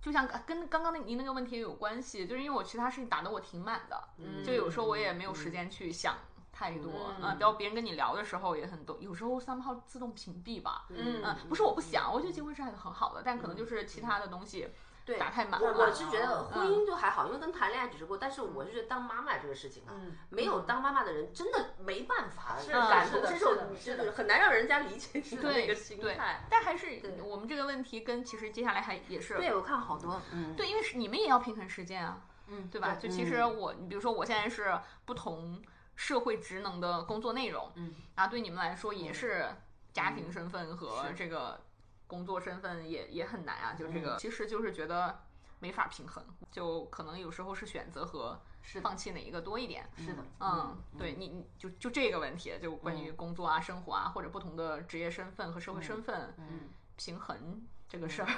[SPEAKER 1] 就像跟刚刚那您那个问题也有关系，就是因为我其他事情打得我挺满的，
[SPEAKER 4] 嗯
[SPEAKER 1] 就有时候我也没有时间去想太多
[SPEAKER 4] 嗯
[SPEAKER 1] 啊。然后别人跟你聊的时候也很多，有时候 somehow 自动屏蔽吧。
[SPEAKER 4] 嗯
[SPEAKER 1] 嗯，不是我不想，我觉得结婚是还是很好的，但
[SPEAKER 2] 嗯
[SPEAKER 1] 可能就是其他的东西
[SPEAKER 4] 对
[SPEAKER 1] 打太满
[SPEAKER 4] 我
[SPEAKER 1] 了。
[SPEAKER 4] 我是觉得婚姻就还好，因为跟谈恋爱只是过，但是我是觉得当妈妈这个事情啊，
[SPEAKER 2] 嗯，
[SPEAKER 4] 没有当妈妈的人真的没办法
[SPEAKER 2] 是
[SPEAKER 1] 的
[SPEAKER 4] 感
[SPEAKER 2] 是
[SPEAKER 4] 同
[SPEAKER 2] 的
[SPEAKER 4] 身
[SPEAKER 2] 是的
[SPEAKER 4] 受，
[SPEAKER 2] 是
[SPEAKER 4] 就
[SPEAKER 2] 的
[SPEAKER 4] 是很难让人家理解你的那
[SPEAKER 1] 对
[SPEAKER 4] 个心
[SPEAKER 1] 对
[SPEAKER 4] 态。，
[SPEAKER 1] 但还是
[SPEAKER 4] 对
[SPEAKER 1] 我们这个问题跟其实接下来还也是
[SPEAKER 4] 对，我看好多，
[SPEAKER 3] 嗯，
[SPEAKER 1] 对，因为是你们也要平衡时间啊，
[SPEAKER 2] 嗯
[SPEAKER 1] 对吧？
[SPEAKER 2] 对
[SPEAKER 1] 就其实我，你比如说我现在是不同社会职能的工作内容，
[SPEAKER 2] 嗯，
[SPEAKER 1] 啊，对你们来说也是家庭身份和这个工作身份也也很难啊，就这
[SPEAKER 2] 嗯
[SPEAKER 1] 个，其实就是觉得没法平衡，就可能有时候是选择和
[SPEAKER 2] 是的，
[SPEAKER 1] 放弃哪一个多一点。
[SPEAKER 2] 是的，
[SPEAKER 1] 嗯，对你，你就就这个问题，就关于工作啊、生活啊，或者不同的职业身份和社会身份
[SPEAKER 2] 嗯嗯，
[SPEAKER 1] 平衡这个 事儿，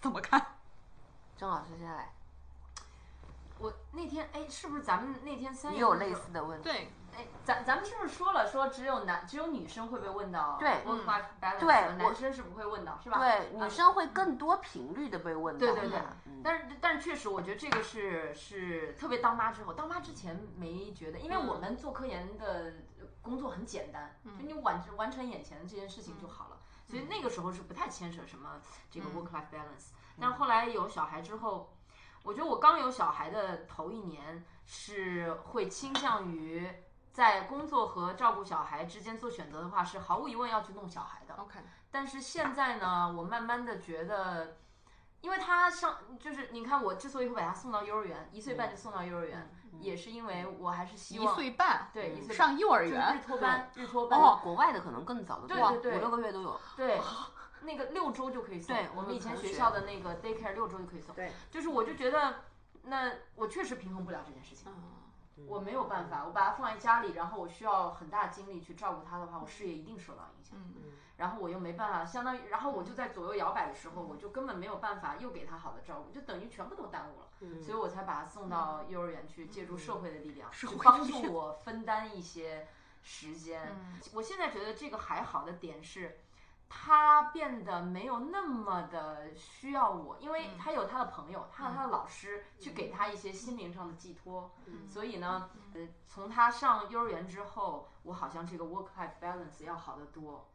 [SPEAKER 1] 怎么看？
[SPEAKER 4] 嗯
[SPEAKER 3] 郑老师先来，
[SPEAKER 2] 我那天哎，是不是咱们那天三
[SPEAKER 3] 也
[SPEAKER 2] 月
[SPEAKER 3] 有
[SPEAKER 2] 份
[SPEAKER 3] 类
[SPEAKER 2] 说
[SPEAKER 3] 似的问题。
[SPEAKER 1] 对，
[SPEAKER 2] 哎，咱咱们是不是说了说只有男只有女生会被问到
[SPEAKER 3] 对嗯
[SPEAKER 2] work life balance，
[SPEAKER 3] 对我
[SPEAKER 2] 男生是不会问到是吧？
[SPEAKER 4] 哎
[SPEAKER 3] 对，女生会更多频率的被问到。
[SPEAKER 2] 对对对
[SPEAKER 3] 嗯
[SPEAKER 2] 但是但是确实，我觉得这个是是特别当妈之后，当妈之前没觉得，因为
[SPEAKER 3] 嗯
[SPEAKER 2] 我们做科研的工作很简单，就你完完成眼前的这件事
[SPEAKER 3] 嗯
[SPEAKER 2] 情就好了，所以那个时候是不太牵扯什么这个 work life balance、
[SPEAKER 3] 嗯
[SPEAKER 2] 但是后来有小孩之后，我觉得我刚有小孩的头一年是会倾向于在工作和照顾小孩之间做选择的话，是毫无疑问要去弄小孩的。
[SPEAKER 1] ，OK，
[SPEAKER 2] 但是现在呢，我慢慢的觉得，因为他上就是你看，我之所以会把他送到幼儿园，一岁半就送到幼儿园，也是因为我还是希
[SPEAKER 1] 一
[SPEAKER 2] 望
[SPEAKER 1] 岁半，
[SPEAKER 2] 对一岁半
[SPEAKER 1] 上幼儿
[SPEAKER 2] 就是
[SPEAKER 1] 园
[SPEAKER 2] 日，托班，日托班，
[SPEAKER 3] 哦，国外的可能更早的多，
[SPEAKER 2] 对对对
[SPEAKER 3] 五六个月都有。
[SPEAKER 2] 对，那个六周就可以送。
[SPEAKER 3] 对
[SPEAKER 2] 我们以前
[SPEAKER 3] 我们同
[SPEAKER 2] 学
[SPEAKER 3] 学
[SPEAKER 2] 校的那个 daycare 六周就可以送。
[SPEAKER 4] 对，
[SPEAKER 2] 就是我就觉得，那我确实平衡不了这件事情。
[SPEAKER 1] 嗯
[SPEAKER 2] 我没有办法，我把它放在家里，然后我需要很大精力去照顾它的话，我事业一定受到影响。
[SPEAKER 1] 嗯
[SPEAKER 2] 然后我又没办法，相当于，然后我就在左右摇摆的时候，
[SPEAKER 1] 嗯
[SPEAKER 2] 我就根本没有办法又给他好的照顾，就等于全部都耽误了。
[SPEAKER 1] 嗯
[SPEAKER 4] 嗯
[SPEAKER 2] 所以我才把他送到幼儿园去，借助社会的力量，去
[SPEAKER 1] 会
[SPEAKER 2] 帮
[SPEAKER 1] 的力
[SPEAKER 2] 助我分担一些时间。
[SPEAKER 3] 嗯
[SPEAKER 2] 我现在觉得这个还好的点是，他变得没有那么的需要我，因
[SPEAKER 1] 嗯
[SPEAKER 2] 为他有他的朋友，他有他的老师去给他一些心灵上的寄托。
[SPEAKER 1] 嗯
[SPEAKER 2] 所以呢，呃，从他上幼儿园之后，我好像这个 work life balance 要好得多。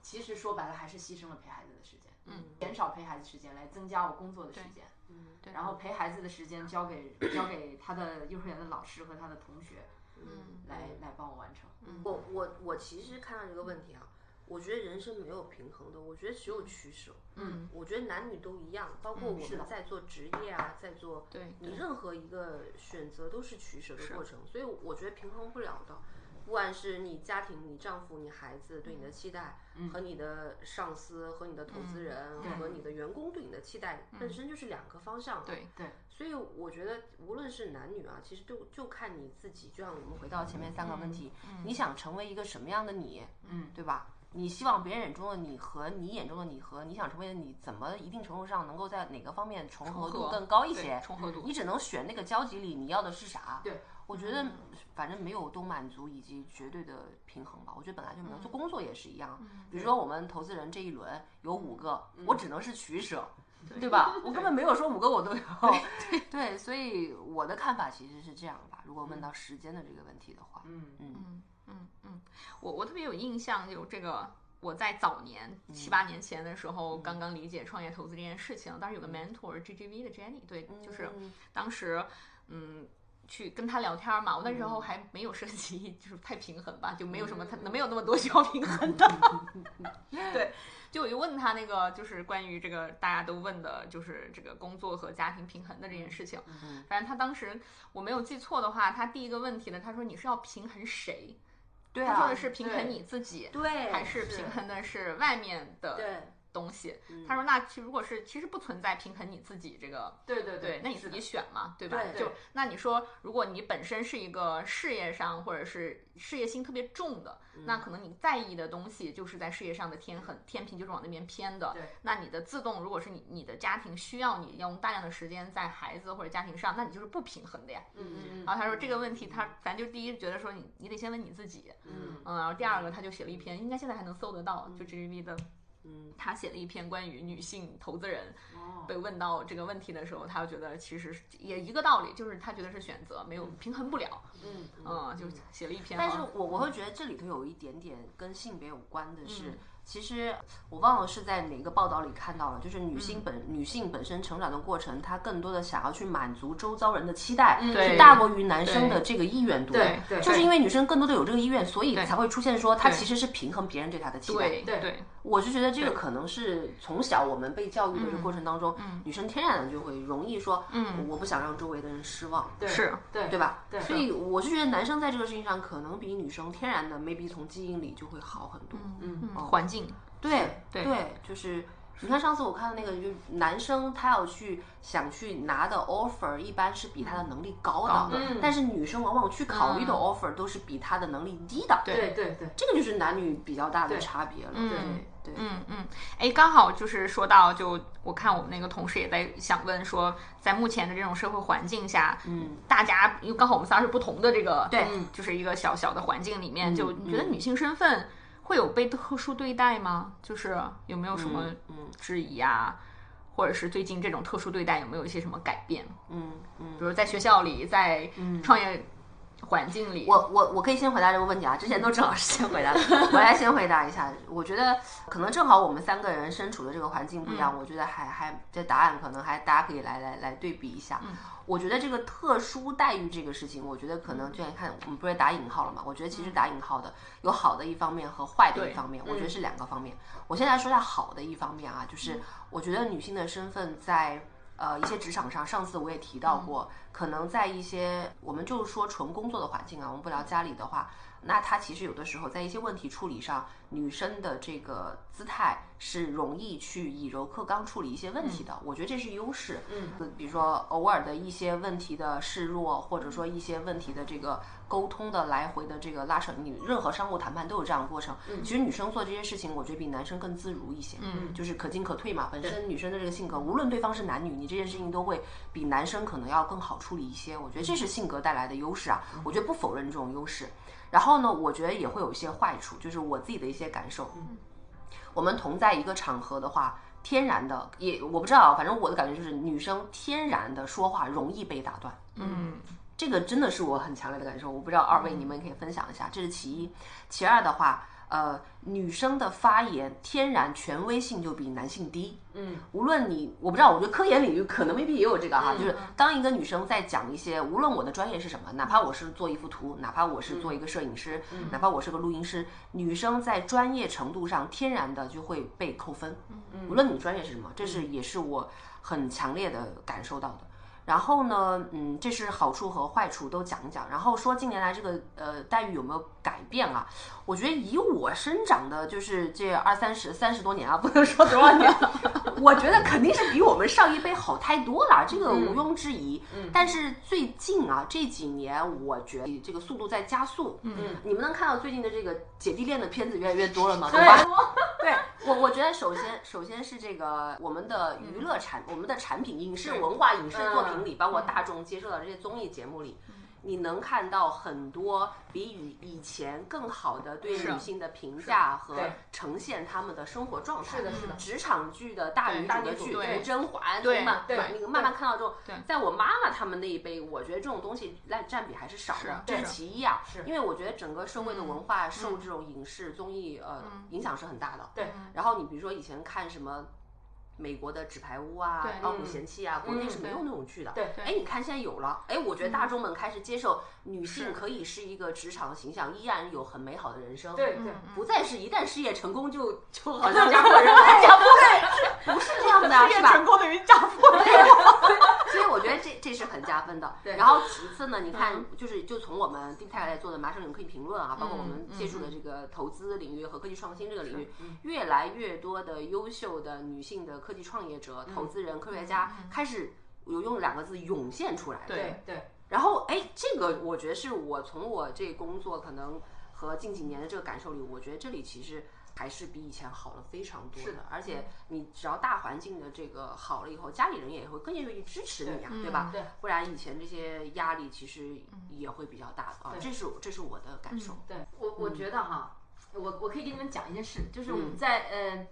[SPEAKER 2] 其实说白了，还是牺牲了陪孩子的时间，
[SPEAKER 1] 嗯，
[SPEAKER 2] 减少陪孩子时间来增加我工作的时间，
[SPEAKER 4] 嗯
[SPEAKER 1] 对
[SPEAKER 2] 然后陪孩子的时间交给交给他的幼儿园的老师和他的同学
[SPEAKER 1] 嗯
[SPEAKER 2] 来来帮我完成。
[SPEAKER 4] 我我我其实看到这个问题啊，我觉得人生没有平衡的，我觉得只有取舍。
[SPEAKER 2] 嗯，
[SPEAKER 4] 我觉得男女都一样，包括我
[SPEAKER 2] 是的
[SPEAKER 4] 们在做职业啊，在做
[SPEAKER 1] 对
[SPEAKER 4] 你
[SPEAKER 1] 对
[SPEAKER 4] 任何一个选择都是取舍的过程，所以我觉得平衡不了的。不管是你家庭、你丈夫、你孩子对你的期待，和你的上司、和你的投资人、
[SPEAKER 2] 对
[SPEAKER 4] 和你的员工对你的期待，本身就是两个方向。
[SPEAKER 1] 对
[SPEAKER 2] 对，
[SPEAKER 4] 所以我觉得无论是男女啊，其实就就看你自己。就像我们回
[SPEAKER 3] 回
[SPEAKER 4] 到
[SPEAKER 3] 到前面三个问题，你想成为一个什么样的你？
[SPEAKER 2] 嗯，
[SPEAKER 3] 对吧？你希望别人眼中的你和你眼中的你和你想成为的你，怎么一定程度上能够在哪个方面重合度
[SPEAKER 1] 合
[SPEAKER 3] 更高一
[SPEAKER 1] 对
[SPEAKER 3] 些？
[SPEAKER 1] 重合度
[SPEAKER 3] 你只能选那个交集里你要的是啥。
[SPEAKER 2] 对，
[SPEAKER 3] 我觉得反正没有都满足以及绝对的平衡吧。我觉得本来就没有，做工作也是一样。比如说我们投资人这一轮有五个，我只能是取舍。对吧？我根本没有说五个我都有， 对，所以我的看法其实是这样吧。如果问到时间的这个问题的话，
[SPEAKER 2] 嗯
[SPEAKER 3] 嗯
[SPEAKER 1] 嗯，嗯，我我特别有印象，有这个我在早年七八年前的时候，刚刚理解创业投资这件事情，当时有个 mentor GGV 的 Jenny，对，就是
[SPEAKER 3] 嗯
[SPEAKER 1] 当时嗯。去跟他聊天嘛，我那时候还没有涉及， 就是太平衡吧，就没有什么，他没有那么多需要平衡的。对，就我就问他那个，就是关于这个大家都问的，就是这个工作和家庭平衡的这件事情。反正他当时我没有记错的话，他第一个问题呢，他说你是要平衡谁？
[SPEAKER 3] 对
[SPEAKER 1] 他说
[SPEAKER 3] 啊
[SPEAKER 1] 的，是平衡你自己，
[SPEAKER 4] 对
[SPEAKER 1] 还是平衡的是外面的
[SPEAKER 4] 对
[SPEAKER 1] 东西。他说，那其如果是其实不存在平衡你自己这个，
[SPEAKER 2] 对对
[SPEAKER 1] 对，那你自己选嘛，对吧？
[SPEAKER 6] 对
[SPEAKER 1] 就那你说，如果你本身是一个事业上或者是事业心特别重的，那可能你在意的东西就是在事业上的天衡天平就是往那边偏的。
[SPEAKER 2] 对，
[SPEAKER 1] 那你的自动，如果是你你的家庭需要你用大量的时间在孩子或者家庭上，那你就是不平衡的呀。
[SPEAKER 2] 嗯嗯
[SPEAKER 1] 然后他说这个问题，他反正就第一觉得说你你得先问你自己，
[SPEAKER 2] 嗯
[SPEAKER 1] 嗯，然后第二个他就写了一篇，应该现在还能搜得到，就 GGV 的，
[SPEAKER 6] 嗯，
[SPEAKER 1] 他写了一篇关于女性投资人
[SPEAKER 2] 哦
[SPEAKER 1] 被问到这个问题的时候，他觉得其实是也一个道理，就是他觉得是选择没有平衡不了，
[SPEAKER 2] 嗯
[SPEAKER 1] 嗯，就写了一篇啊，
[SPEAKER 4] 但是我我会觉得这里头有一点点跟性别有关的
[SPEAKER 1] 嗯
[SPEAKER 4] 是，其实我忘了是在哪个报道里看到了，就是女
[SPEAKER 1] 嗯
[SPEAKER 4] 性本、女性本身成长的过程，她更多的想要去满足周遭人的期待，
[SPEAKER 1] 嗯对
[SPEAKER 4] 是大过于男生的这个意愿度的。
[SPEAKER 1] 对对
[SPEAKER 4] 就是因为女生更多的有这个意愿，所以
[SPEAKER 1] 对
[SPEAKER 4] 才会出现说她
[SPEAKER 1] 对
[SPEAKER 4] 其实是平衡别人对她的期待。
[SPEAKER 1] 对
[SPEAKER 2] 对
[SPEAKER 1] 对嗯
[SPEAKER 4] 我是觉得这个可能是从小我们被教育的这个过程当中，女生天然的就会容易说，嗯，我不想让周围的人失望，对
[SPEAKER 1] 是，啊
[SPEAKER 2] 对
[SPEAKER 4] 对吧？
[SPEAKER 2] 对
[SPEAKER 4] 所以我是觉得男生在这个事情上可能比女生天然的 maybe 从基因里就会好很多。
[SPEAKER 1] 嗯，环境
[SPEAKER 4] 对
[SPEAKER 1] 对
[SPEAKER 4] 就是你看上次我看的那个，就是男生他要去想去拿的 offer 一般是比他的能力高的，
[SPEAKER 2] 嗯
[SPEAKER 4] 但是女生往往去考虑的 offer 都是比他的能力低的。
[SPEAKER 1] 对
[SPEAKER 2] 对对对，
[SPEAKER 4] 这个就是男女比较大的差别了。对对，
[SPEAKER 1] 嗯嗯，哎，刚好就是说到，就我看我们那个同事也在想问说，在目前的这种社会环境下，嗯，大家因为刚好我们仨是不同的这个，嗯
[SPEAKER 4] 对，
[SPEAKER 1] 就是一个小小的环境里面，就你觉得女性身份会有被特殊对待吗？就是有没有什么质疑啊，或者是最近这种特殊对待有没有一些什么改变？
[SPEAKER 4] 嗯嗯。
[SPEAKER 1] 比如在学校里，在创业环境里，
[SPEAKER 4] 我我我可以先回答这个问题啊，之前都郑老师先回答了，我来先回答一下。我觉得可能正好我们三个人身处的这个环境不一样，我觉得还还这答案可能还大家可以来来来对比一下。我觉得这个特殊待遇这个事情，我觉得可能就像你看，我们不是打引号了嘛？我觉得其实打引号的有好的一方面和坏的一方面，我觉得是两个方面。我先来说一下好的一方面啊，就是我觉得女性的身份在。呃，一些职场上，上次我也提到过，可能在一些我们就是说纯工作的环境啊，我们不聊家里的话，那她其实有的时候在一些问题处理上，女生的这个姿态是容易去以柔克刚处理一些问题的，我觉得这是优势。嗯，比如说偶尔的一些问题的示弱，或者说一些问题的这个沟通的来回的这个拉扯，你任何商务谈判都有这样的过程。其实女生做这些事情，我觉得比男生更自如一些。嗯，就是可进可退嘛。本身女生的这个性格，无论对方是男女，你这件事情都会比男生可能要更好处理一些。我觉得这是性格带来的优势啊，我觉得不否认这种优势。然后呢，我觉得也会有一些坏处，就是我自己的一些感受。我们同在一个场合的话，天然的也我不知道啊，反正我的感觉就是女生天然的说话容易被打断。
[SPEAKER 1] 嗯
[SPEAKER 4] 这个真的是我很强烈的感受，我不知道二位你们可以分享一下，这是其一。其二的话，呃，女生的发言天然权威性就比男性低。
[SPEAKER 2] 嗯，
[SPEAKER 4] 无论你，我不知道，我觉得科研领域可能未必也有这个哈，就是当一个女生在讲一些，无论我的专业是什么，哪怕我是做一幅图，哪怕我是做一个摄影师，哪怕我是个录音师，女生在专业程度上天然的就会被扣分。无论你专业是什么，这是也是我很强烈的感受到的。然后呢，嗯，这是好处和坏处都讲一讲。然后说近年来这个呃待遇有没有改变啊？我觉得以我生长的，就是这二三十、三十多年啊， 不能说多少年，我觉得肯定是比我们上一辈好太多了，这个毋庸置疑。但是最近啊，这几年我觉得这个速度在加速。嗯，你们能看到最近的这个姐弟恋的片子越来越多了吗？对 吧？对我，我觉得首先首先是这个我们的娱乐产，我们的产品影视文化影视作品里，包
[SPEAKER 2] 嗯
[SPEAKER 4] 括大众接受到这些综艺节目里。你能看到很多比以以前更好的对女性的评价和
[SPEAKER 2] 对
[SPEAKER 4] 呈现她们的生活状态。
[SPEAKER 2] 是的是的
[SPEAKER 4] 职场剧的大女主
[SPEAKER 2] 大女
[SPEAKER 4] 的
[SPEAKER 2] 主
[SPEAKER 4] 剧，
[SPEAKER 2] 对
[SPEAKER 4] 吴甄嬛，
[SPEAKER 1] 对
[SPEAKER 4] 慢
[SPEAKER 2] 对
[SPEAKER 4] 慢那个慢慢看到这种
[SPEAKER 1] 对，
[SPEAKER 4] 在我妈妈他们那一辈，我觉得这种东西占占比还是少
[SPEAKER 1] 是
[SPEAKER 4] 的，
[SPEAKER 1] 对
[SPEAKER 4] 这是其一啊
[SPEAKER 2] 是。嗯
[SPEAKER 4] 因为我觉得整个社会的文化受这种影视综艺呃影响是很大的。
[SPEAKER 2] 对，
[SPEAKER 4] 然后你比如说以前看什么。美国的纸牌屋啊，
[SPEAKER 1] 对
[SPEAKER 4] 《傲
[SPEAKER 2] 嗯
[SPEAKER 4] 骨贤妻》啊，国内是没
[SPEAKER 1] 对
[SPEAKER 4] 有那种剧的。
[SPEAKER 2] 对
[SPEAKER 1] 对
[SPEAKER 4] 哎，你看现在有了，哎，我觉得大众们开始接受女性可以是一个职场形象，依然有很美好的人生。
[SPEAKER 2] 对对，
[SPEAKER 4] 不再是一旦事业成功就就好 像嫁破人了，嫁不对，不是这样的啊，
[SPEAKER 1] 事业
[SPEAKER 4] 是吧？
[SPEAKER 1] 功等于嫁祸，
[SPEAKER 4] 所以我觉得这这是很加分的。然后其次呢，你看，就是就从我们丁太太做的麻省理论评论啊，包括我们接触的这个投资领域和科技创新这个领域，越来越多的优秀的女性的科技创业者、投资人、科学家开始有用两个字涌现出来。
[SPEAKER 1] 对
[SPEAKER 2] 对，
[SPEAKER 4] 然后哎，这个我觉得是我从我这工作可能和近几年的这个感受里，我觉得这里其实还是比以前好了非常多的。
[SPEAKER 2] 是的嗯
[SPEAKER 4] 而且你只要大环境的这个好了以后，家里人也会更愿意支持你啊，
[SPEAKER 1] 对
[SPEAKER 4] 对吧？
[SPEAKER 1] 嗯
[SPEAKER 2] 对嗯
[SPEAKER 4] 不然以前这些压力其实也会比较大的啊。
[SPEAKER 2] 对嗯
[SPEAKER 4] 这是这是我的感受。
[SPEAKER 2] 对我我
[SPEAKER 1] 嗯
[SPEAKER 2] 觉得哈，我我可以给你们讲一件事，就是我们在、呃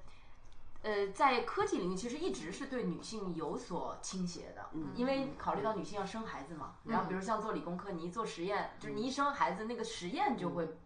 [SPEAKER 2] 呃在科技领域其实一直是对女性有所倾斜的，
[SPEAKER 1] 嗯
[SPEAKER 2] 因为考虑到女性要生孩子嘛，然后比如像做理工科，你一做实验，就是你一生孩子那个实验就会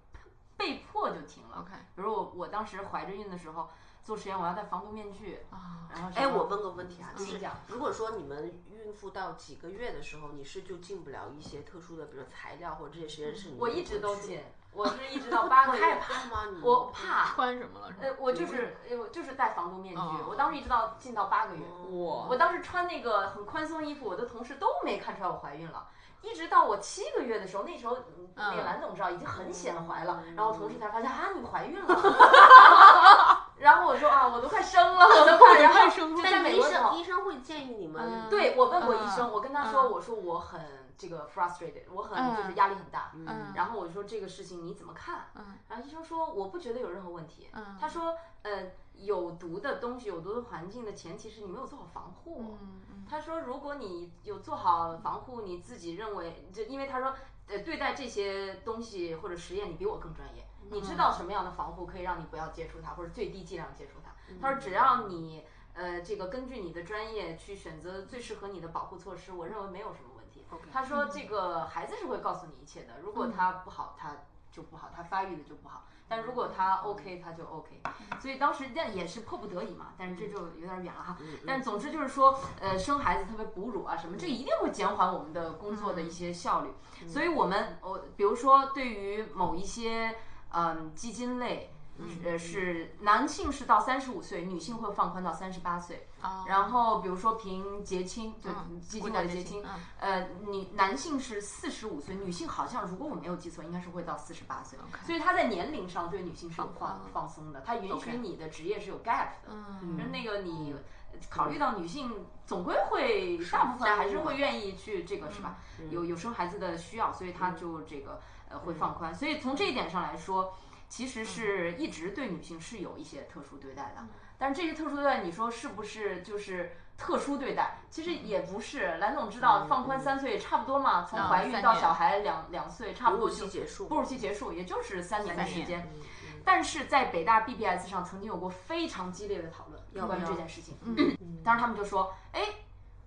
[SPEAKER 2] 被迫就停了。
[SPEAKER 1] 嗯 OK
[SPEAKER 2] 比如我我当时怀着孕的时候做实验，我要戴防毒面具，
[SPEAKER 1] 啊，
[SPEAKER 2] 然后
[SPEAKER 4] 哎，
[SPEAKER 2] 什么
[SPEAKER 4] 我问个问题啊，就
[SPEAKER 2] 你
[SPEAKER 4] 是
[SPEAKER 2] 嗯讲
[SPEAKER 4] 如果说你们孕妇到几个月的时候，你是就进不了一些特殊的，比如材料或者这些实验室，你
[SPEAKER 2] 嗯我
[SPEAKER 4] 们
[SPEAKER 2] 一直都
[SPEAKER 4] 会去
[SPEAKER 2] 进，我是一直到八
[SPEAKER 4] 我
[SPEAKER 2] 个月
[SPEAKER 4] 害，怕吗？你
[SPEAKER 2] 我怕。
[SPEAKER 1] 穿什么了？是
[SPEAKER 2] 呃
[SPEAKER 1] 吗，
[SPEAKER 2] 我就是，呃我就是戴防毒面具。
[SPEAKER 1] 哦
[SPEAKER 2] 我当时一直到进到八个月，
[SPEAKER 1] 我
[SPEAKER 2] 我当时穿那个很宽松衣服，我的同事都没看出来我怀孕了。一直到我七个月的时候，那时候嗯那个蓝总知道已经很显怀了，然后我同事才发现啊，你怀孕了。 然后我说啊，我都快生了，我都 快。然后
[SPEAKER 1] 快生出来
[SPEAKER 2] 但
[SPEAKER 4] 但
[SPEAKER 2] 在
[SPEAKER 4] 是
[SPEAKER 2] 美
[SPEAKER 4] 医
[SPEAKER 2] 国的时候
[SPEAKER 4] 生医生会建议你们
[SPEAKER 1] 嗯
[SPEAKER 2] 对我问过医生，
[SPEAKER 1] 嗯
[SPEAKER 2] 我跟他说，
[SPEAKER 1] 嗯
[SPEAKER 2] 我说我很这个 frustrated，我很
[SPEAKER 1] 嗯
[SPEAKER 2] 就是压力很大。
[SPEAKER 1] 嗯
[SPEAKER 2] 然后我说这个事情你怎么看？
[SPEAKER 1] 嗯
[SPEAKER 2] 然后医生说我不觉得有任何问题。
[SPEAKER 1] 嗯
[SPEAKER 2] 他说呃，有毒的东西、有毒的环境的前提是你没有做好防护。
[SPEAKER 1] 嗯嗯
[SPEAKER 2] 他说，如果你有做好防护，你自己认为，就因为他说，呃，对待这些东西或者实验，你比我更专业，
[SPEAKER 1] 嗯
[SPEAKER 2] 你知道什么样的防护可以让你不要接触它，或者最低剂量接触它。
[SPEAKER 1] 嗯
[SPEAKER 2] 他说，只要你呃这个根据你的专业去选择最适合你的保护措施，我认为没有什么问题。他说，这个孩子是会告诉你一切的，如
[SPEAKER 1] 嗯
[SPEAKER 2] 果他不好，他就不好，他发育的就不好。但如果他 OK，他就 OK，所以当时但也是迫不得已嘛，但是这就有点远了
[SPEAKER 1] 嗯
[SPEAKER 2] 哈。但总之就是说，呃，生孩子特别哺乳啊什么，这一定会减缓我们的工作的一些效率。
[SPEAKER 1] 嗯
[SPEAKER 2] 所以我们我比如说对于某一些嗯基金类，
[SPEAKER 1] 嗯
[SPEAKER 2] 呃是男性是到三十五岁，女性会放宽到三十八岁。
[SPEAKER 1] 啊，
[SPEAKER 2] 然后比如说凭节亲，就
[SPEAKER 1] 嗯
[SPEAKER 2] 基
[SPEAKER 1] 国
[SPEAKER 2] 金
[SPEAKER 1] 家
[SPEAKER 2] 类的
[SPEAKER 1] 节
[SPEAKER 2] 节
[SPEAKER 1] 亲
[SPEAKER 2] 亲
[SPEAKER 1] 嗯，
[SPEAKER 2] 呃，女男性是四十五岁，女性好像如果我没有记错，应该是会到四十八岁，所以他在年龄上对女性是有放放松的，他允许你的职业是有 gap 的，
[SPEAKER 1] 嗯
[SPEAKER 2] 那个你考虑到女性总归会大部分还是啊会愿意去这个是吧？有有生孩子的需要，所以
[SPEAKER 4] 嗯
[SPEAKER 2] 他就这个呃会放宽，所以从这一点上来说。其
[SPEAKER 4] 嗯
[SPEAKER 2] 实是一直对女性是有一些特殊对待的，但是这些特殊对待，你说是不是就是特殊对待？其
[SPEAKER 4] 嗯
[SPEAKER 2] 实也不是。蓝总知道，放宽三岁差不多嘛，从
[SPEAKER 4] 啊
[SPEAKER 1] 嗯
[SPEAKER 2] 怀
[SPEAKER 1] 三
[SPEAKER 2] 孕到
[SPEAKER 1] 年
[SPEAKER 2] 小孩两两岁，差不
[SPEAKER 4] 哺乳
[SPEAKER 2] 多就
[SPEAKER 4] 期结束，嗯
[SPEAKER 2] 哺乳期结束，也就是三年的
[SPEAKER 1] 三
[SPEAKER 2] 时
[SPEAKER 1] 年
[SPEAKER 2] 间。但是在北大 BBS 上曾经有过非常激烈的讨论
[SPEAKER 4] 有
[SPEAKER 2] 关于
[SPEAKER 4] 有嗯
[SPEAKER 2] 这件事情，
[SPEAKER 1] 嗯
[SPEAKER 2] 当时他们就说，哎，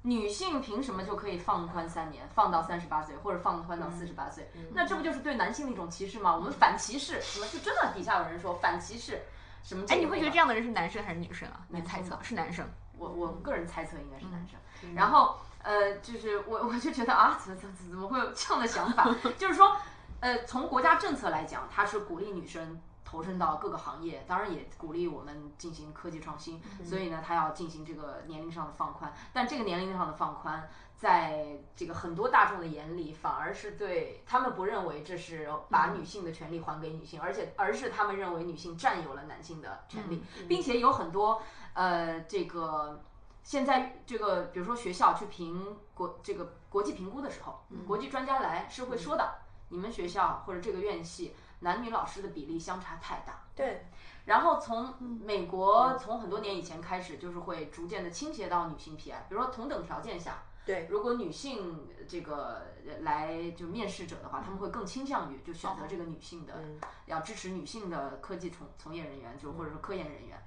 [SPEAKER 2] 女性凭什么就可以放宽三年，放到三十八岁，或者放宽
[SPEAKER 1] 嗯
[SPEAKER 2] 到四十八岁？那这不就是对男性的一种歧视吗？我们反歧视，什么就真的底下有人说反歧视，什么？
[SPEAKER 1] 哎，你会觉得这样
[SPEAKER 2] 样？
[SPEAKER 1] 的人是男生还是女生啊？你
[SPEAKER 2] 男
[SPEAKER 1] 猜
[SPEAKER 2] 生
[SPEAKER 1] 测
[SPEAKER 2] 吧
[SPEAKER 1] 是男生？
[SPEAKER 2] 我我个人猜测应该是男生。
[SPEAKER 1] 嗯
[SPEAKER 2] 然后呃，就是我我就觉得啊，怎么怎么怎么会有这样的想法？ 就是说，呃，从国家政策来讲，它是鼓励女生。投身到各个行业，当然也鼓励我们进行科技创新，所以呢，它要进行这个年龄上的放宽。但这个年龄上的放宽，在这个很多大众的眼里，反而是对他们不认为这是把女性的权利还给女性，而且而是他们认为女性占有了男性的权利，并且有很多呃这个现在这个，比如说学校去评国这个国际评估的时候，
[SPEAKER 4] 嗯
[SPEAKER 2] 国际专家来是会说的，你们学校或者这个院系男女老师的比例相差太大。
[SPEAKER 4] 对，嗯
[SPEAKER 2] 然后从美国从很多年以前开始，就是会逐渐的倾斜到女性 PI，比如说同等条件下，
[SPEAKER 4] 对
[SPEAKER 2] 如果女性呃这个呃来就面试者的话，他
[SPEAKER 4] 嗯
[SPEAKER 2] 们会更倾向于就选
[SPEAKER 4] 哦
[SPEAKER 2] 择这个女性的，要支持女性的科技从从业人员，就或者说科研人员。
[SPEAKER 4] 嗯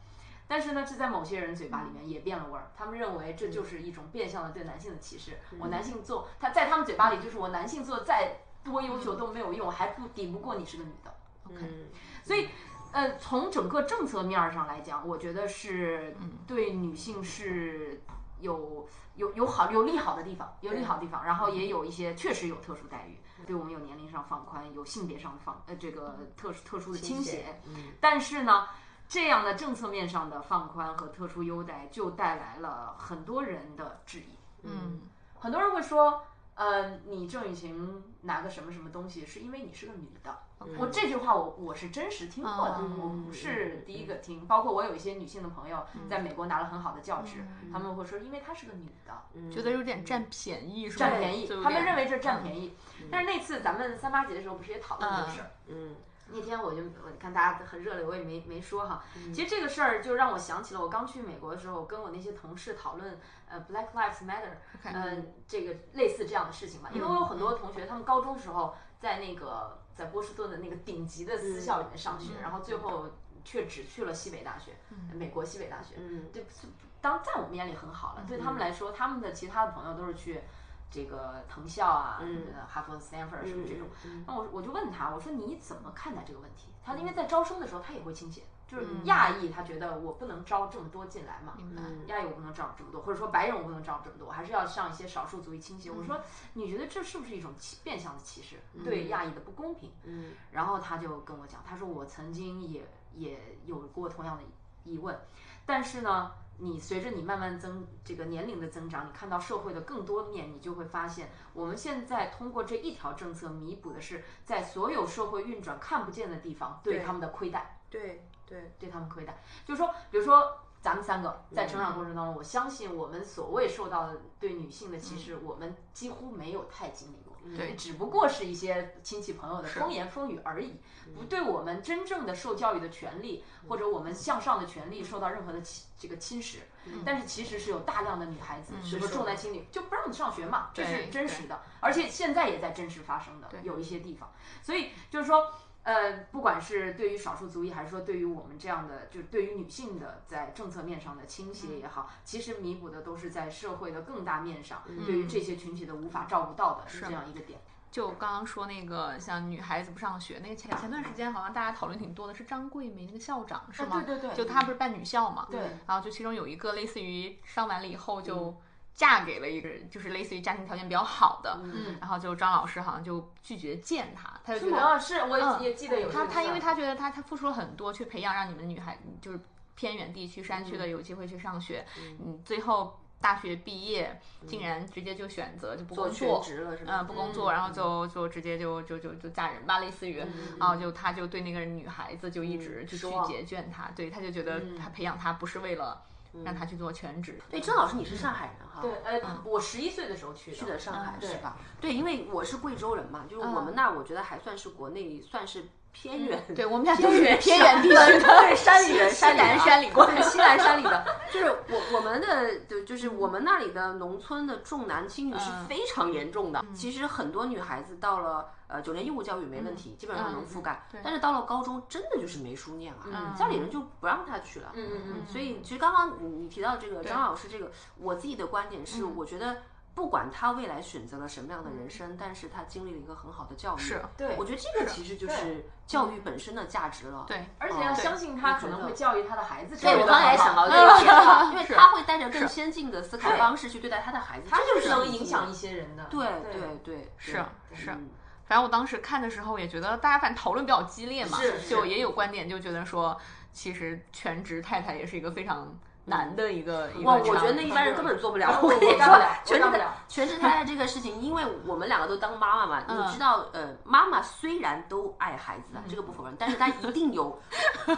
[SPEAKER 2] 但是呢，这在某些人嘴巴里面也变了味儿，他们认为这就是一种变相的对男性的歧视。我男性做，他在他们嘴巴里就是我男性做再多优秀都没有用，还不抵不过你是个女的。
[SPEAKER 4] 嗯，
[SPEAKER 2] 所以，呃，从整个政策面儿上来讲，我觉得是对女性是有有有好有利好的地方，有利好的地方，然后也有一些确实有特殊待遇，对我们有年龄上放宽，有性别上的放呃这个特殊特殊的倾斜，嗯但是呢。这样的政策面上的放宽和特殊优待，就带来了很多人的质疑。
[SPEAKER 1] 嗯，
[SPEAKER 2] 很多人会说，呃，你郑雨晴拿个什么什么东西，是因为你是个女的。我这句话我我是真实听过的，
[SPEAKER 1] 嗯嗯
[SPEAKER 2] 我不是第一个听。包括我有一些女性的朋友在美国拿了很好的教职，他们会说，因为她是个女的，
[SPEAKER 1] 觉得有点占便宜，是吧
[SPEAKER 2] 占便宜
[SPEAKER 1] 嗯就有，
[SPEAKER 2] 他们
[SPEAKER 1] 点
[SPEAKER 2] 认为这占
[SPEAKER 1] 嗯
[SPEAKER 2] 便宜。但是那次咱们三八节的时候不是也讨论这个事儿？
[SPEAKER 4] 嗯
[SPEAKER 2] 那天我就我看大家很热烈，我也没没说哈。
[SPEAKER 1] 嗯
[SPEAKER 2] 其实这个事儿就让我想起了我刚去美国的时候，跟我那些同事讨论呃 Black Lives Matter，呃这个类似这样的事情吧。因为我有很
[SPEAKER 1] 嗯
[SPEAKER 2] 多同学，他们高中时候在那个在波士顿的那个顶级的私校里面上
[SPEAKER 1] 嗯
[SPEAKER 2] 学，然后最后却只去了西北大学，美国西北大学。
[SPEAKER 4] 嗯
[SPEAKER 2] 对，是当在我们眼里很好了。对
[SPEAKER 1] 嗯
[SPEAKER 2] 他们来说，他们的其他的朋友都是去这个藤校啊、
[SPEAKER 1] 嗯
[SPEAKER 2] 呃哈佛、斯坦福什么这种。那我我就问他，我说你怎么看待这个问题？他
[SPEAKER 1] 嗯
[SPEAKER 2] 因为在招生的时候，他也会倾斜，就是亚裔，他觉得我不能招这么多进来嘛。
[SPEAKER 1] 明白
[SPEAKER 2] 亚裔我不能招这么多，或者说白人我不能招这么多，我还是要上一些少数族裔倾斜。我说你觉得这是不是一种歧变相的歧视，对亚裔的不公平？
[SPEAKER 4] 嗯
[SPEAKER 2] 然后他就跟我讲，他说我曾经也也有过同样的疑问，但是呢，你随着你慢慢增这个年龄的增长，你看到社会的更多面，你就会发现，我们现在通过这一条政策弥补的是在所有社会运转看不见的地方对他们的亏待，
[SPEAKER 4] 对对
[SPEAKER 2] 对他们亏待，就是说，比如说。咱们三个在成长过程
[SPEAKER 1] 嗯
[SPEAKER 2] 当中，我相信我们所谓受到的对女性的歧视，我们几乎没有太经历过。
[SPEAKER 1] 嗯对嗯
[SPEAKER 2] 只不过是一些亲戚朋友的风言风语而已，不对我们真正的受教育的权利
[SPEAKER 1] 嗯
[SPEAKER 2] 或者我们向上的权利受到任何的侵这个侵蚀。
[SPEAKER 1] 嗯
[SPEAKER 2] 但是其实是有大量的女孩子是和重男轻女，就不让你上学嘛，这是
[SPEAKER 1] 对
[SPEAKER 2] 真实的，而且现在也在真实发生的，有一些地方。所以就是说，呃，不管是对于少数族裔，还是说对于我们这样的，就是对于女性的在政策面上的倾斜也好，其实弥补的都是在社会的更大面上，对于这些群体的无法照顾到的这样一个点。
[SPEAKER 1] 就刚刚说那个像女孩子不上学，那个前前段时间好像大家讨论挺多的，是张桂梅那个校长是吗？
[SPEAKER 2] 啊对对对
[SPEAKER 1] 就她不是办女校嘛？
[SPEAKER 2] 对
[SPEAKER 1] 然后就其中有一个类似于上完了以后就嫁给了一个人，就是类似于家庭条件比较好的，
[SPEAKER 2] 嗯
[SPEAKER 1] 然后就张老师好像就拒绝见她，他就觉
[SPEAKER 2] 是
[SPEAKER 1] 得
[SPEAKER 2] 吗？哦是我
[SPEAKER 1] 嗯
[SPEAKER 2] 也记得有这
[SPEAKER 1] 他
[SPEAKER 2] 个
[SPEAKER 1] 他
[SPEAKER 2] 事
[SPEAKER 1] 因
[SPEAKER 2] 儿
[SPEAKER 1] 为他觉得他他付出了很多去培养让你们女孩嗯就是偏远地区山区
[SPEAKER 4] 嗯
[SPEAKER 1] 的有机会去上学，嗯，最后大学毕业竟然直接就选择就不工
[SPEAKER 4] 嗯全
[SPEAKER 1] 作，
[SPEAKER 4] 职了是吧？
[SPEAKER 1] 嗯，不工作，然后就就直接就就就就嫁人吧，类似于，
[SPEAKER 4] 嗯
[SPEAKER 1] 然后就他就对那个女孩子就一直就
[SPEAKER 4] 失
[SPEAKER 1] 曲
[SPEAKER 4] 望嗯
[SPEAKER 1] 解劝她，对，他就觉得他培养她不是为了让她去做全职，
[SPEAKER 4] 对，郑老师你是上海人哈？
[SPEAKER 2] 对，呃，我十一岁的时候去的，去
[SPEAKER 4] 去的上海
[SPEAKER 2] 对
[SPEAKER 4] 是吧？对，因为我是贵州人嘛，就是我们那儿，我觉得还算是国内算是偏远，
[SPEAKER 1] 对我们俩都是偏远地
[SPEAKER 4] 山
[SPEAKER 1] 区的，
[SPEAKER 4] 对山里人，
[SPEAKER 1] 西南
[SPEAKER 4] 啊
[SPEAKER 1] 山里过来
[SPEAKER 4] 对西南山里的，就是我我们的就就是我们那里的农村的重男轻女是
[SPEAKER 1] 嗯
[SPEAKER 4] 非常严重的。其实很多女孩子到了呃九年义务教育没
[SPEAKER 1] 嗯
[SPEAKER 4] 问题，基本上能覆盖，但是到了高中真的就是没书念
[SPEAKER 1] 嗯
[SPEAKER 4] 了，家里人就不让她去了。嗯
[SPEAKER 2] 嗯嗯
[SPEAKER 4] 所以其实刚刚你你提到这个张老师这个，我自己的观点
[SPEAKER 1] 嗯
[SPEAKER 4] 是，我觉得。不管他未来选择了什么样的人生，但是他经历了一个很好的教育，
[SPEAKER 1] 是
[SPEAKER 2] 对
[SPEAKER 4] 我觉得这个其实就是教育本身的价值了。
[SPEAKER 1] 对，
[SPEAKER 2] 而且要
[SPEAKER 4] 哦
[SPEAKER 2] 相信他可能会教育他的孩子。对
[SPEAKER 4] 对，我刚才也想到这个点，呃 因为他会带着更先进的思考方式去对待他的孩子，
[SPEAKER 2] 他就是
[SPEAKER 4] 这
[SPEAKER 2] 能
[SPEAKER 4] 很
[SPEAKER 2] 影响一些人的。
[SPEAKER 4] 重要。
[SPEAKER 2] 对
[SPEAKER 4] 对对对，
[SPEAKER 1] 是 是。
[SPEAKER 4] 嗯
[SPEAKER 1] 反正我当时看的时候也觉得，大家反正讨论比较激烈嘛，
[SPEAKER 2] 是是
[SPEAKER 1] 就也有观点就觉得说，其实全职太太也是一个非常难的一个一个
[SPEAKER 4] 哇，
[SPEAKER 1] 职
[SPEAKER 4] 哦我觉得那一般人根本做不了。我跟你
[SPEAKER 2] 我干不
[SPEAKER 4] 说
[SPEAKER 2] 了，我
[SPEAKER 4] 全
[SPEAKER 2] 干
[SPEAKER 4] 职
[SPEAKER 2] 不
[SPEAKER 4] 的
[SPEAKER 2] 了
[SPEAKER 4] 全职太太这个事情，因为我们两个都当妈妈嘛，你知道，呃，妈妈虽然都爱孩子，啊这个不否认，但是她一定有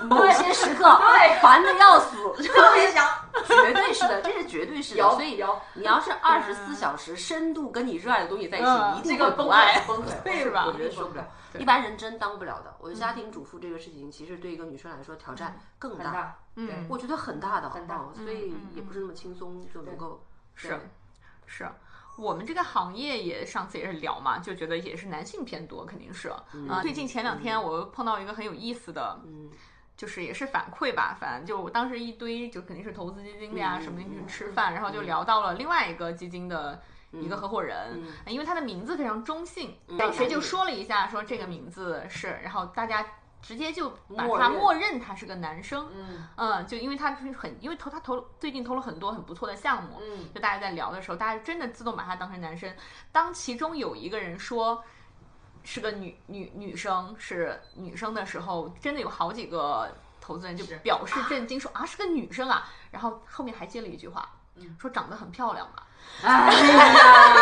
[SPEAKER 4] 某些时刻烦的要死，
[SPEAKER 2] 特别想
[SPEAKER 4] 绝对是的，这是绝对是的。
[SPEAKER 2] 有
[SPEAKER 4] 所以
[SPEAKER 2] 有
[SPEAKER 4] 你要是二十四小时深度跟你热爱的东西在一起，
[SPEAKER 1] 嗯
[SPEAKER 4] 你一
[SPEAKER 2] 这
[SPEAKER 4] 定
[SPEAKER 2] 个
[SPEAKER 4] 会
[SPEAKER 2] 崩
[SPEAKER 4] 不
[SPEAKER 2] 溃
[SPEAKER 4] 爱。
[SPEAKER 2] 崩溃，
[SPEAKER 1] 对是吧
[SPEAKER 4] 我觉得受不了，一般人真当不了的。我觉得家庭主妇这个事情，其实对一个女生来说挑战更
[SPEAKER 2] 很
[SPEAKER 4] 大，
[SPEAKER 2] 大。对，
[SPEAKER 4] 我觉得很大的，很
[SPEAKER 2] 大
[SPEAKER 4] 所以也不是那么轻松就能够。
[SPEAKER 1] 是是。我们这个行业也上次也是聊嘛，就觉得也是男性偏多，肯定是啊、最近前两天我碰到一个很有意思的，就是也是反馈吧，反正就我当时一堆就肯定是投资基金的呀、什么的去吃饭，然后就聊到了另外一个基金的一个合伙人，因为他的名字非常中性，当时就说了一下说这个名字是，然后大家。直接就把
[SPEAKER 4] 默
[SPEAKER 1] 他
[SPEAKER 4] 认
[SPEAKER 1] 默认他是个男生，
[SPEAKER 2] 嗯
[SPEAKER 1] 嗯，就因为他就是很，因为投他投最近投了很多很不错的项目，
[SPEAKER 2] 嗯
[SPEAKER 1] 就大家在聊的时候，大家真的自动把他当成男生。当其中有一个人说是个女女女生是女生的时候，真的有好几个投资人就是表示震惊，说啊是个女生啊，然后后面还接了一句话，说长得很漂亮吧。
[SPEAKER 2] 哎呀，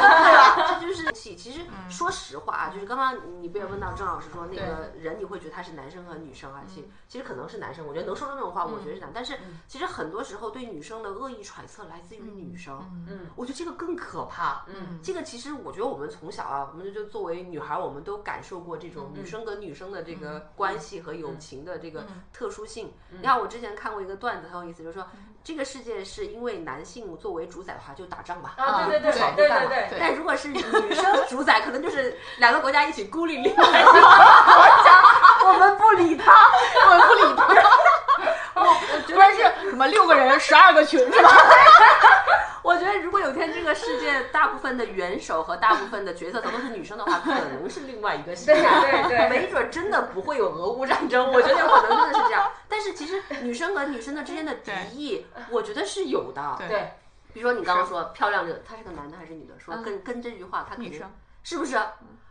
[SPEAKER 4] 对吧？这 就是其其实说实话啊，就是刚刚你不也问到郑老师说那个人，你会觉得他是男生和女生啊？其其实可能是男生，我觉得能说出那种话，我觉得是男。但是其实很多时候对女生的恶意揣测来自于女生，
[SPEAKER 2] 嗯
[SPEAKER 4] 我觉得这个更可怕。
[SPEAKER 2] 嗯
[SPEAKER 4] 这个其实我觉得我们从小啊，我们就作为女孩，我们都感受过这种
[SPEAKER 2] 嗯
[SPEAKER 4] 女生跟女生的这个关系和友情的这个
[SPEAKER 2] 嗯
[SPEAKER 4] 特殊性。你看我之前看过一个段子，很有意思，就是说
[SPEAKER 2] 嗯
[SPEAKER 4] 这个世界是因为男性作为主宰的话，就打仗吧。
[SPEAKER 2] 啊对对
[SPEAKER 4] 不
[SPEAKER 2] 对
[SPEAKER 4] 爽就
[SPEAKER 2] 对
[SPEAKER 4] 干嘛
[SPEAKER 2] 对对对
[SPEAKER 4] 但如果是女生主宰，可能就是两个国家一起孤立另外一个。 我们不理他，
[SPEAKER 1] 我不理他。
[SPEAKER 4] 我觉
[SPEAKER 1] 不然
[SPEAKER 4] 得
[SPEAKER 1] 是什么六个人十二个群是吧？
[SPEAKER 4] 我觉得如果有一天这个世界大部分的元首和大部分的决策层都是女生的话，可能是另外一个形象。
[SPEAKER 2] 对对对
[SPEAKER 4] 没准真的不会有俄乌战争，我觉得有可能真的是 这样。但是其实女生和女生的之间的敌意，我觉得是有的。
[SPEAKER 1] 对
[SPEAKER 2] 对，
[SPEAKER 4] 比如说你刚刚说漂亮这个，他是个男的还是女的？说跟跟这句话，他肯
[SPEAKER 1] 嗯女
[SPEAKER 4] 定
[SPEAKER 1] 生嗯
[SPEAKER 4] 是不是？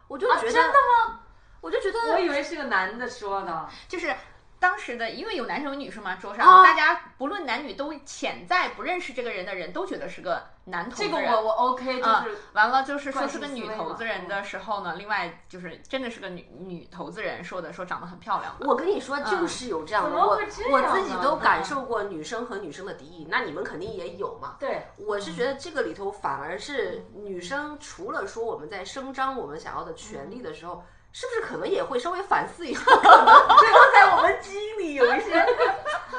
[SPEAKER 4] 我就
[SPEAKER 2] 啊
[SPEAKER 4] 觉得
[SPEAKER 2] 真的吗？
[SPEAKER 4] 我就觉得
[SPEAKER 2] 我以为是个男的说的，
[SPEAKER 1] 就是当时的，因为有男生有女生嘛，桌上、
[SPEAKER 2] 哦
[SPEAKER 4] 啊
[SPEAKER 1] 大家不论男女都潜在不认识这个人的人都觉得是个男同
[SPEAKER 2] 这
[SPEAKER 1] 志
[SPEAKER 2] 个
[SPEAKER 1] 人。
[SPEAKER 2] 我嗯我 OK，就是
[SPEAKER 1] 完了，就是说
[SPEAKER 2] 惯
[SPEAKER 1] 是
[SPEAKER 2] 性
[SPEAKER 1] 个
[SPEAKER 2] 思
[SPEAKER 1] 女
[SPEAKER 2] 维嗯
[SPEAKER 1] 投
[SPEAKER 2] 嘛
[SPEAKER 1] 资人的时候呢，另外就是真的是个女女投资人说的，说长得很漂亮嘛。
[SPEAKER 4] 我跟你说，就是有这样的，
[SPEAKER 2] 怎么
[SPEAKER 4] 我
[SPEAKER 2] 会这样啊
[SPEAKER 4] 我
[SPEAKER 2] 呢
[SPEAKER 4] 自己都感受过女生和女生的敌意，那你们肯定也有嘛。
[SPEAKER 2] 对，
[SPEAKER 4] 我是
[SPEAKER 1] 嗯
[SPEAKER 4] 觉得这个里头反而是女生，除了说我们在声张我们想要的权
[SPEAKER 1] 嗯
[SPEAKER 4] 利的时候，是不是可能也会稍微反思一下，可能 对方在我们基因里有一些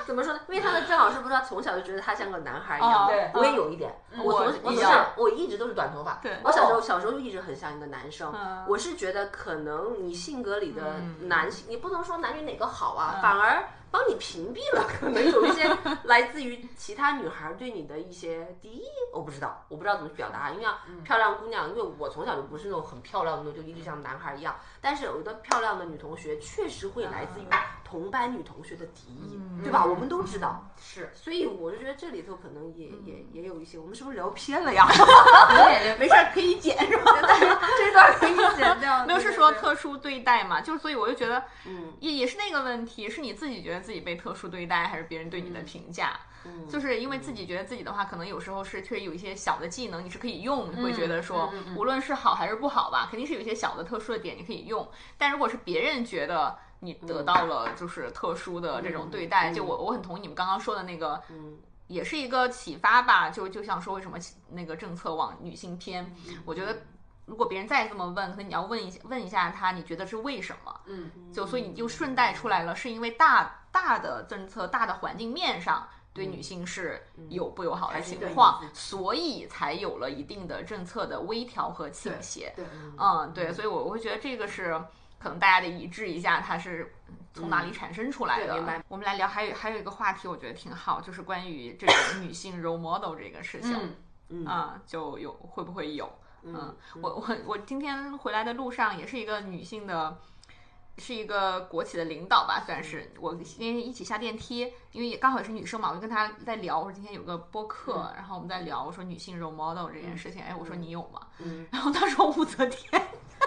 [SPEAKER 4] 怎么说呢？因为他的郑老师不是他从小就觉得他像个男孩一样
[SPEAKER 1] 啊
[SPEAKER 2] 对，
[SPEAKER 4] 我也有一点，我从
[SPEAKER 1] 嗯我
[SPEAKER 4] 我
[SPEAKER 1] 一
[SPEAKER 4] 从
[SPEAKER 1] 样
[SPEAKER 4] 小我一直都是短头发，
[SPEAKER 1] 对
[SPEAKER 4] 我小时候小时候就一直很像一个男生
[SPEAKER 1] 嗯，
[SPEAKER 4] 我是觉得可能你性格里的
[SPEAKER 1] 嗯
[SPEAKER 4] 男性，你不能说男女哪个好啊，反而帮你屏蔽了可能有一 些来自于其他女孩对你的一些敌意，我不知道，我不知道怎么表达，因为啊漂亮姑娘，因为我从小就不是那种很漂亮的，就一直像男孩一样，但是有的漂亮的女同学确实会来自于
[SPEAKER 1] 嗯
[SPEAKER 4] 同班女同学的敌意，对吧？我们都知道。
[SPEAKER 2] 是，
[SPEAKER 4] 所以我就觉得这里头可能也、
[SPEAKER 1] 嗯
[SPEAKER 4] 也也有一些，我们是不是聊偏了呀？
[SPEAKER 1] 没事儿可以剪是吧？
[SPEAKER 4] 这段可以 剪掉。
[SPEAKER 1] 没有是说特殊对待嘛，就是所以我就觉得
[SPEAKER 4] 嗯
[SPEAKER 1] 也也是那个问题，是你自己觉得自己被特殊对待，还是别人对你的评价？
[SPEAKER 4] 嗯
[SPEAKER 1] 就是因为自己觉得自己的话，可能有时候是确实有一些小的技能，你是可以用，你会
[SPEAKER 4] 嗯
[SPEAKER 1] 觉得说，无论是好还是不好吧，肯定是有一些小的特殊的点你可以用。但如果是别人觉得你得到了就是特殊的这种对待，
[SPEAKER 4] 嗯嗯嗯
[SPEAKER 1] 就我我很同意你们刚刚说的那个，
[SPEAKER 4] 嗯
[SPEAKER 1] 也是一个启发吧。就就像说为什么那个政策往女性偏，
[SPEAKER 4] 嗯
[SPEAKER 1] 我觉得。如果别人再这么问，可能你要问一下问一下他，你觉得是为什么？
[SPEAKER 2] 嗯，
[SPEAKER 1] 就所以你就顺带出来了，是因为大大的政策、大的环境面上对女性是有不友好的情况，
[SPEAKER 4] 嗯还是对你自己
[SPEAKER 1] 所以才有了一定的政策的微调和倾斜。
[SPEAKER 2] 对，
[SPEAKER 1] 嗯，对，所以我我会觉得这个是可能大家得一致一下，它是从哪里产生出来的。
[SPEAKER 4] 嗯对明白
[SPEAKER 1] 我们来聊，还有还有一个话题，我觉得挺好，就是关于这种女性 role model 这个事情。
[SPEAKER 2] 嗯
[SPEAKER 4] 嗯
[SPEAKER 1] 啊、就有会不会有？
[SPEAKER 4] 嗯，
[SPEAKER 1] 我我我今天回来的路上也是一个女性的，是一个国企的领导吧，算是
[SPEAKER 4] 嗯
[SPEAKER 1] 我因为一起下电梯，因为也刚好也是女生嘛，我就跟她在聊，我说今天有个播客，然后我们在聊，我说女性 role model 这件事情，哎，我说你有吗？
[SPEAKER 4] 嗯嗯
[SPEAKER 1] 然后她说 武则天，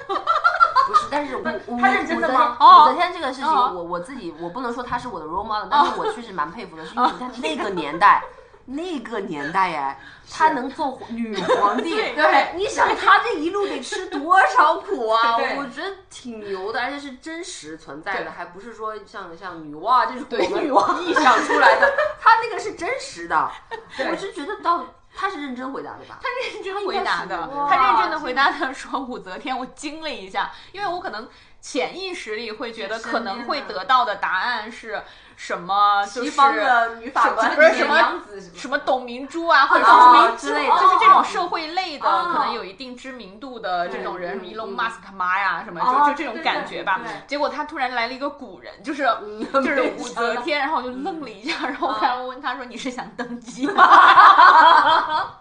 [SPEAKER 4] 不是，但是我我
[SPEAKER 2] 他认真的吗
[SPEAKER 1] 哦
[SPEAKER 4] 武则天这个事情，
[SPEAKER 1] 哦
[SPEAKER 4] 我我自己我不能说她是我的 role model，但是我确实蛮佩服的，是因为你看那个年代。那个年代哎，她能做女皇帝，
[SPEAKER 1] 对
[SPEAKER 2] 对
[SPEAKER 4] 你想她这一路得吃多少苦啊！
[SPEAKER 2] 对
[SPEAKER 4] 我觉得挺牛的，而且是真实存在的，还不是说像像女娲这种
[SPEAKER 1] 对
[SPEAKER 4] 我们
[SPEAKER 1] 女娲
[SPEAKER 4] 臆想出来的，她那个是真实的。
[SPEAKER 2] 对
[SPEAKER 4] 我是觉得到她是认真回答的吧？
[SPEAKER 1] 她认真回答的，
[SPEAKER 4] 哇
[SPEAKER 1] 她认真的回答的说武则天，我惊了一下，因为我可能潜意识里会觉得可能会得到的答案是什么，就是
[SPEAKER 4] 西方的女法官
[SPEAKER 1] 不是什
[SPEAKER 2] 什
[SPEAKER 1] 么
[SPEAKER 2] 么嗯子什么
[SPEAKER 1] 什么董明珠啊，或者
[SPEAKER 4] 啊
[SPEAKER 1] 是
[SPEAKER 4] 之类
[SPEAKER 1] 就
[SPEAKER 4] 的啊
[SPEAKER 1] 是这种社会类的，
[SPEAKER 2] 哦
[SPEAKER 1] 可能有一定知名度的这种人
[SPEAKER 4] 嗯嗯
[SPEAKER 1] ，Elon Musk 他妈呀什么，
[SPEAKER 2] 哦
[SPEAKER 1] 就就这种感觉吧
[SPEAKER 2] 对对对。
[SPEAKER 1] 结果他突然来了一个古人，就是
[SPEAKER 4] 嗯
[SPEAKER 1] 就是
[SPEAKER 4] 没
[SPEAKER 1] 武
[SPEAKER 4] 想
[SPEAKER 1] 则
[SPEAKER 4] 到嗯
[SPEAKER 1] 天，然后我就愣了一下，然后然后问他说：“你是想登基吗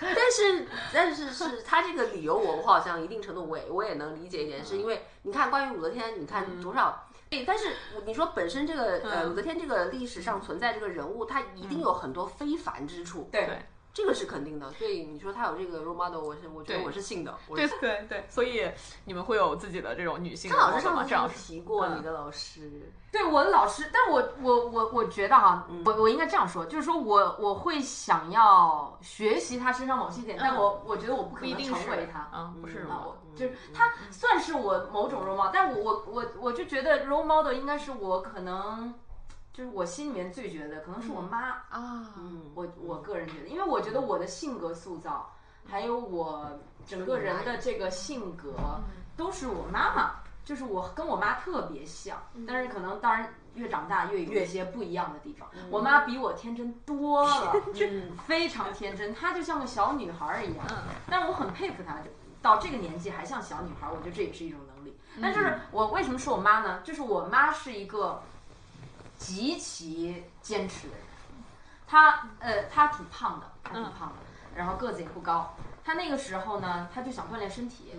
[SPEAKER 4] 但是，但是是他这个理由我，我好像一定程度我也我也能理解一点，是因为你看关于武则天，你
[SPEAKER 2] 嗯
[SPEAKER 4] 看多少。对，但是你说本身这个呃，
[SPEAKER 1] 嗯
[SPEAKER 4] 武则天这个历史上存在这个人物，他一定有很多非凡之
[SPEAKER 2] 嗯
[SPEAKER 4] 处，
[SPEAKER 2] 对
[SPEAKER 1] 对
[SPEAKER 4] 这个是肯定的。所以你说他有这个 role model，我是我觉得我是信的。我
[SPEAKER 1] 对对对，所以你们会有自己的这种女性
[SPEAKER 4] 他
[SPEAKER 1] 的
[SPEAKER 4] 老师
[SPEAKER 1] model 吗
[SPEAKER 4] 上次
[SPEAKER 1] 这样
[SPEAKER 4] 是不是提过你的老师，
[SPEAKER 2] 对我的老师，但我我我我觉得哈，我我应该这样说，就是说我我会想要学习他身上某些点，但我我觉得我不可
[SPEAKER 1] 不一
[SPEAKER 2] 能
[SPEAKER 1] 定是
[SPEAKER 2] 成为他。
[SPEAKER 1] 嗯，不是
[SPEAKER 4] 嗯
[SPEAKER 2] 啊，
[SPEAKER 1] 吗？
[SPEAKER 2] 我就是他算是我某种 role model，但我我我我就觉得 role model 应该是我可能就是我心里面最觉得，可能是我妈，
[SPEAKER 1] 啊，
[SPEAKER 4] 嗯，
[SPEAKER 2] 我我个人觉得，因为我觉得我的性格塑造，还有我整个人的这个性格，
[SPEAKER 1] 嗯
[SPEAKER 2] 都是我妈妈，就是我跟我妈特别像，但是可能当然越长大越有一些不一样的地
[SPEAKER 4] 嗯
[SPEAKER 2] 方。我妈比我天真多了，非常天真，她就像个小女孩儿一样。但我很佩服她，就到这个年纪还像小女孩儿，我觉得这也是一种能力。但就是我为什么说我妈呢？就是我妈是一个极其坚持的人。她呃，她挺胖的，她挺胖的，然后个子也不高。她那个时候呢，她就想锻炼身体。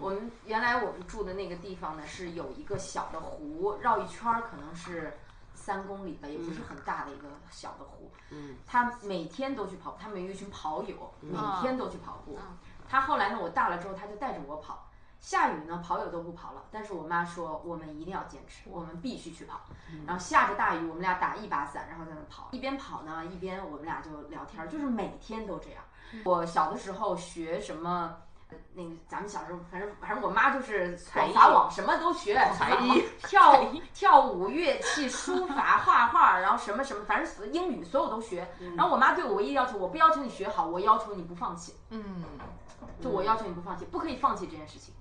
[SPEAKER 2] 我们原来我们住的那个地方呢，是有一个小的湖，绕一圈儿可能是三公里吧，也不是很大的一个小的湖。
[SPEAKER 4] 嗯，
[SPEAKER 2] 她每天都去跑，她们有一群跑友，每天都去跑步。她后来呢，我大了之后，她就带着我跑。下雨呢，跑友都不跑了，但是我妈说我们一定要坚持，我们必须去跑。然后下着大雨，我们俩打一把伞，然后在那跑，一边跑呢，一边我们俩就聊天儿，就是每天都这样。我小的时候学什么。呃那个咱们小时候，反正反正我妈就是广撒网，什么都学，才艺、跳跳舞、乐器、书 法、画画，然后什么什么，反正所英语所有都学。然后我妈对我唯一要求，我不要求你学好，我要求你不放弃，
[SPEAKER 1] 嗯
[SPEAKER 2] 就我要求你不放弃，不可以放弃这件事情。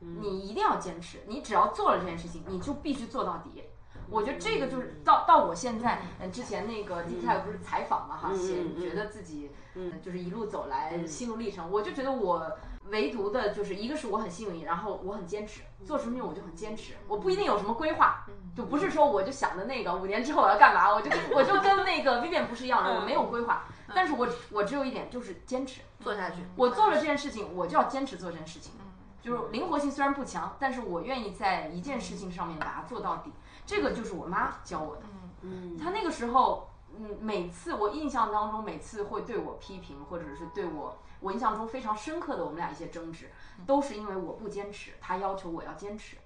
[SPEAKER 2] 你一定要坚持，你只要做了这件事情，你就必须做到底。我觉得这个
[SPEAKER 4] 嗯
[SPEAKER 2] 就是到到我现在，嗯，之前那个金泰不是采访嘛哈，写
[SPEAKER 4] 嗯嗯
[SPEAKER 2] 觉得自己，嗯，就是一路走来心路历程，我就觉得我唯独的就是一个是我很幸运，然后我很坚持，做什么事我就很坚持，我不一定有什么规划，就不是说我就想的那个五年之后我要干嘛，我就跟我就跟那个 Vivian 不是一样的，我没有规划，但是我我只有一点就是坚持，
[SPEAKER 4] 做下去，
[SPEAKER 2] 我做了这件事情，我就要坚持做这件事情。就是灵活性虽然不强，但是我愿意在一件事情上面把它做到底。这个就是我妈教我的。
[SPEAKER 4] 嗯
[SPEAKER 2] 她那个时候，嗯，每次我印象当中，每次会对我批评，或者是对我，我印象中非常深刻的我们俩一些争执，都是因为我不坚持，她要求我要坚持，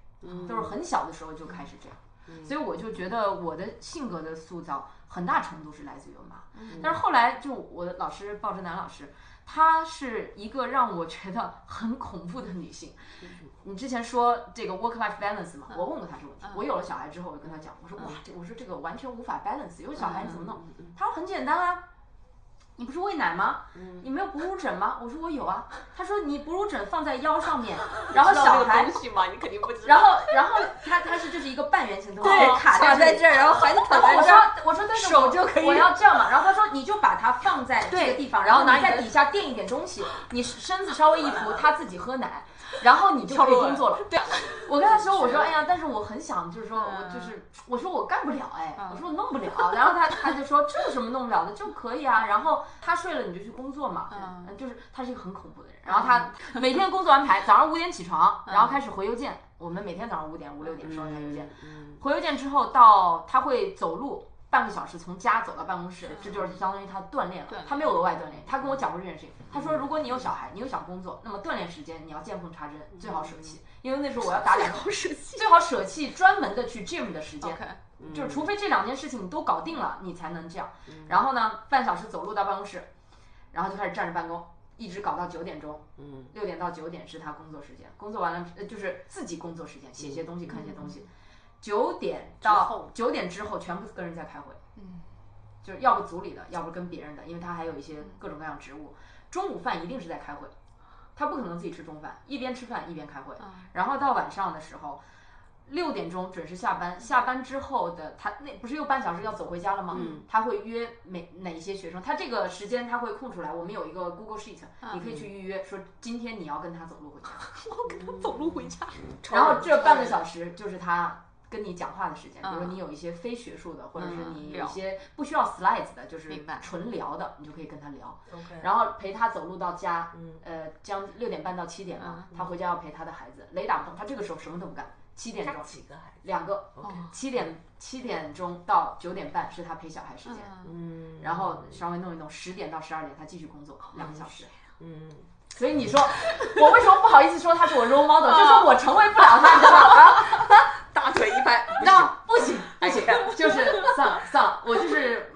[SPEAKER 2] 都是很小的时候就开始这样。所以我就觉得我的性格的塑造很大程度是来自于我妈。但是后来就我的老师鲍振南老师，她是一个让我觉得很恐怖的女性。 你之前说这个 work life balance 嘛，我问过她这个问题。我有了小孩之后，我就跟她讲，我说哇，这我说这个完全无法 balance，有小孩
[SPEAKER 4] 嗯
[SPEAKER 2] 你怎么弄？她说很简单啊。你不是喂奶吗？你没有哺乳枕吗？我说我有啊。她说你哺乳枕放在腰上面，然后小孩
[SPEAKER 3] 西嘛，你肯定不知
[SPEAKER 2] 然后，然后他他是就是一个半圆形的东西，卡
[SPEAKER 3] 卡在
[SPEAKER 2] 在
[SPEAKER 3] 这儿，然后孩子躺
[SPEAKER 2] 然后
[SPEAKER 3] 在
[SPEAKER 2] 我
[SPEAKER 3] 这
[SPEAKER 2] 说
[SPEAKER 3] 儿，，
[SPEAKER 2] 我说，但是
[SPEAKER 3] 手
[SPEAKER 2] 我
[SPEAKER 3] 就可以
[SPEAKER 2] 我要这样嘛。然后他说，你就把它放在这个地方，然后
[SPEAKER 3] 然后拿你
[SPEAKER 2] 你在
[SPEAKER 3] 的
[SPEAKER 2] 底下垫一点东西，你身子稍微一扶，他自己喝奶，然后你就可以工作了。对，我跟他说，我说，哎呀，但是我很想，就是说
[SPEAKER 3] 嗯
[SPEAKER 2] 我就是，我说我干不了，哎，我说我弄不了。然后他他就说，这有什么弄不了的，就可以啊。然后他睡了，你就去工作嘛。嗯，就是他是一个很恐怖的人。然后他 每天工作安排，早上五点起床，然后开始回邮件。我们每天早上五点五六点收到他邮件，
[SPEAKER 4] 嗯
[SPEAKER 2] 回邮件之后到他会走路半个小时，从家走到办公室，这就是相当于他锻炼了。嗯他没有额外锻炼，他跟我讲过这件事情。他说，如果你有小孩，你又想工作，那么锻炼时间你要见缝插针，最好舍弃，因为那时候我要打两个，
[SPEAKER 1] 是气
[SPEAKER 2] 嗯最好舍弃专门的去 gym 的时间。
[SPEAKER 1] OK，
[SPEAKER 2] 就是除非这两件事情你都搞定了，你才能这样。
[SPEAKER 4] 嗯
[SPEAKER 2] 然后呢，半小时走路到办公室，然后就开始站着办公，一直搞到九点钟。嗯，六点到九点是他工作时间，工作完了呃就是自己工作时间，写些东西，
[SPEAKER 1] 嗯
[SPEAKER 2] 看些东西。九点
[SPEAKER 4] 嗯之
[SPEAKER 2] 到
[SPEAKER 4] 后
[SPEAKER 2] 九点之后，全部跟人在开会。嗯，就是要不组里的，要不跟别人的，因为他还有一些各种各样职务。中午饭一定是在开会，他不可能自己吃中饭，一边吃饭一边开会。然后到晚上的时候，六点钟准时下班，下班之后的他那不是又半小时要走回家了吗？他会约每哪一些学生，他这个时间他会空出来。我们有一个 Google Sheet，、你可以去预约，说今天你要跟他走路回家，
[SPEAKER 1] 我跟他走路回家。
[SPEAKER 2] 然后哦这半个小时就是他。跟你讲话的时间，比如说你有一些非学术的，或者是你有一些不需要 slides 的，就是
[SPEAKER 1] 明白
[SPEAKER 2] 纯聊的，你就可以跟他聊。然后陪他走路到家，呃，将六点半到七点嘛，他回家要陪他的孩子，雷打不动，他这个时候什么都不干，七点钟，
[SPEAKER 4] 几个孩子？
[SPEAKER 2] 两个
[SPEAKER 4] ，OK，
[SPEAKER 2] 七点七点钟到九点半是他陪小孩时间，
[SPEAKER 1] 嗯
[SPEAKER 4] 嗯，
[SPEAKER 2] 然后稍微弄一弄，十点到十二点他继续工作两个小时。
[SPEAKER 4] 嗯，
[SPEAKER 2] 所以你说我为什么不好意思说他是我 role model，就是我成为不了他，你知道吗？
[SPEAKER 4] 大腿一拍，不
[SPEAKER 2] 那
[SPEAKER 4] 行
[SPEAKER 2] 不行不行，就是算了算了，我就是